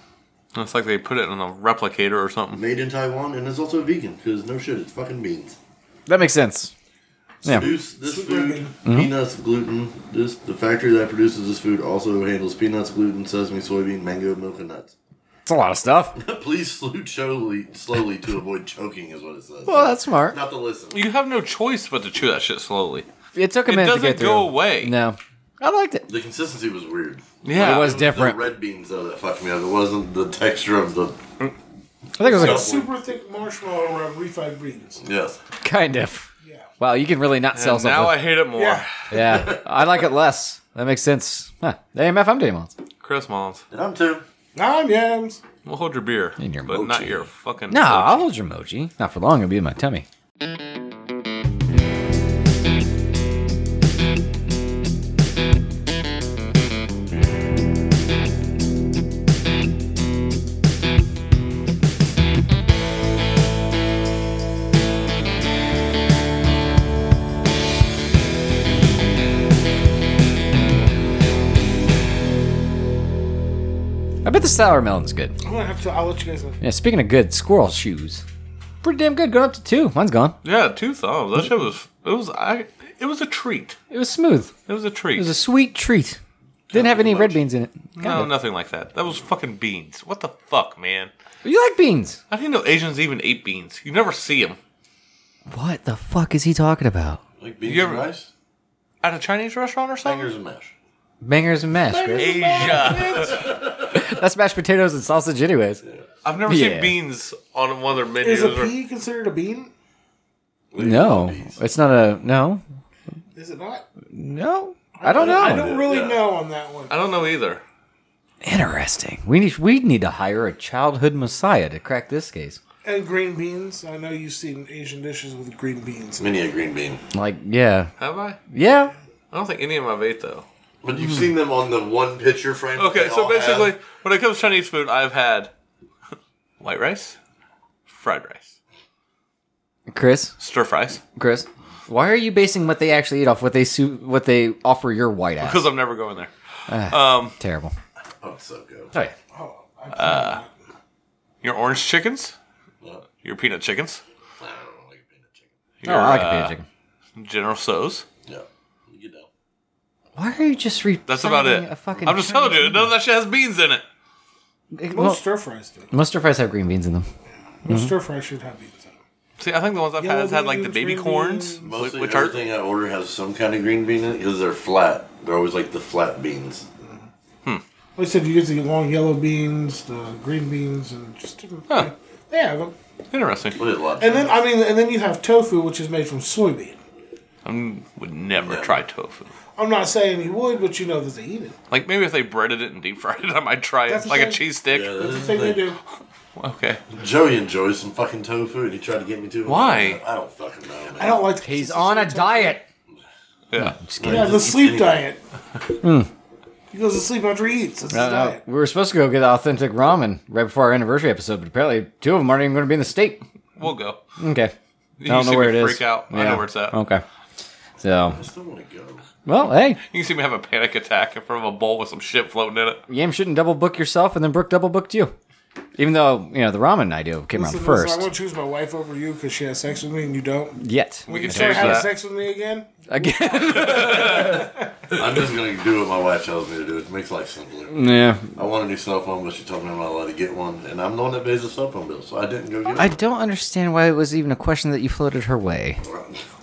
It's like they put it in a replicator or something. Made in Taiwan and is also vegan, because no shit, it's fucking beans. That makes sense. Yeah. Produce this Sweet food, bean. peanuts, gluten. This The factory that produces this food also handles peanuts, gluten, sesame, soybean, mango, milk, and nuts. [LAUGHS] It's a lot of stuff. Please salute slowly, slowly to avoid choking, is what it says. Well, that's smart. not to listen. You have no choice but to chew that shit slowly. It took a It minute to doesn't get through. go away. No, I liked it. The consistency was weird. Yeah, It was The different. red beans though that fucked me up. It wasn't the texture of the I think it was It's like like super thick marshmallow around refried beans. yes. [LAUGHS] kind of. Yeah. Wow, you can really not sell And something. now I hate it more. Yeah. yeah, I like it less. That makes sense. Huh. AMF, I'm doing well. Chris Moms, And I'm too. I'm yams. we'll hold your beer, And your but not mochi. your fucking. No, I'll hold your mochi. Not for long. It'll be in my tummy. I bet the sour melon's good. I'm gonna have to. I'll let you guys know. Yeah, speaking of good, squirrel shoes. Pretty damn good. Going up to two. Mine's gone. Yeah, two thumbs. That shit was. It was. I. It was a treat. It was smooth. It was a treat. It was a sweet treat. Didn't have any red beans in it. no, nothing like that. That was fucking beans. What the fuck, man? You like beans? I didn't know Asians even ate beans. You never see them What the fuck is he talking about? Like beans You and ever- rice, at a Chinese restaurant or something. fingers and mash. Bangers and mash. Chris. Asia. [LAUGHS] That's mashed potatoes and sausage, anyways. I've never Yeah. seen beans on one of their menus. Is a or- pea considered a bean? No, it's not a no, Is it not? no. I don't know. I don't really Yeah. know on that one. I don't know either. Interesting. We need we need to hire a childhood messiah to crack this case. And green beans. I know you've seen Asian dishes with green beans. Mini a green bean. Like, yeah, Have I? yeah. I don't think any of them I've ate though. But you've seen them on the one picture frame. that Okay, they so all have. basically, when it comes to Chinese food, I've had [LAUGHS] white rice, fried rice, Chris, stir fries, Chris, why are you basing what they actually eat off what they su- what they offer your white ass? because I'm never going there. Terrible. Oh, it's so good. Oh yeah. Uh, Your orange chickens, your peanut chickens, I don't like peanut chicken. Oh, I like a peanut chicken. uh, General So's. Yeah. You know. Why are you just re? That's about it. A fucking I'm just telling you, Chinese none of that shit has beans in it. meal? Most Well, Mm-hmm. stir fries do. most stir fries have green beans in them. Most stir fries should have beans. in it. See, I think the ones I've Yellow had has had like the beans, baby green corns, beans. Mostly which are everything I order has some kind of green bean in it because they're flat. They're always like the flat beans. Like I said, you get the long yellow beans, the green beans, and just Huh. they have them. interesting. What did lobster? And then I mean, and then you have tofu, which is made from soybean. I would never try tofu. I'm not saying you would, but you know that they eat it. Like maybe if they breaded it and deep fried it, I might try it That's the like a thing. cheese stick. Yeah, That's this the is thing they the do. Okay, thing. Joey enjoys some fucking tofu, and he tried to get me to. it. Why? I don't fucking know. Man. I don't like. He's on a diet. yeah. Yeah, the Just eat sleep anything. [LAUGHS] diet. He goes to sleep after he eats. That's his diet. we Hmm. were supposed to go get authentic ramen right before our anniversary episode, but apparently two of them aren't even going to be in the state. We'll go. Okay. I You don't see know where it me is. Oh. freak out. I know where it's at. Okay. So, I still want to go. well, hey, You can see me have a panic attack in front of a bowl with some shit floating in it. Yam shouldn't double book yourself, and then Brooke double booked you. Even though you know the ramen I do came out Listen, listen, I'm first. gonna choose my wife over you because she has sex with me and you don't. Yet When you can start change having that. sex with me again, again. I'm just gonna do what my wife tells me to do. It makes life simpler. yeah. I want a new cell phone, but she told me I'm not allowed to get one, and I'm the one that pays the cell phone bill, so I didn't go [LAUGHS] get I it. don't understand why it was even a question that you floated her way.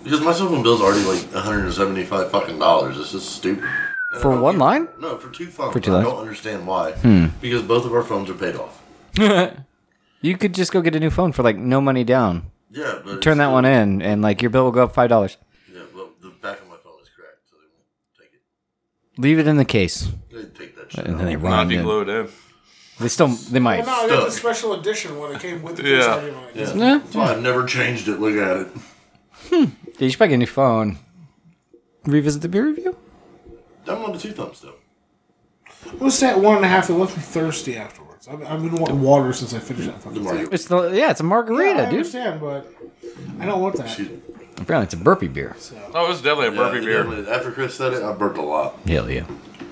Because my cell phone bill's already like 175 fucking dollars. It's just stupid. And For I don't one get- line? No, for two phones. For two I lines? Hmm. don't understand why. Because both of our phones are paid off. You could just go get a new phone for like no money down. Yeah, but it's Turn that still- one in, and like your bill will go up five dollars. Yeah, well, the back of my phone is cracked, so they won't take it. Leave it in the case, They take that shit. and then they out. Not run. if you They, glue it in. they still they might. well, no, I got the Stuck. special edition one. It came with the Yeah. case I didn't [LAUGHS] Yeah. like. Yeah. That's why I've never changed it. Look at it. Yeah, you should probably get a new phone. Revisit the beer review. I'm on the two thumbs though. What's that one and a half? It left me thirsty afterwards. I've, I've been wanting water since I finished that fucking. Mario. It's the yeah, it's a Yeah, margarita, I dude. understand, but I don't want that. Excuse me. Apparently, it's a burpee beer. Oh, it was definitely a Yeah, burpee it beer. definitely- After Chris said it, I burped a lot. Hell yeah.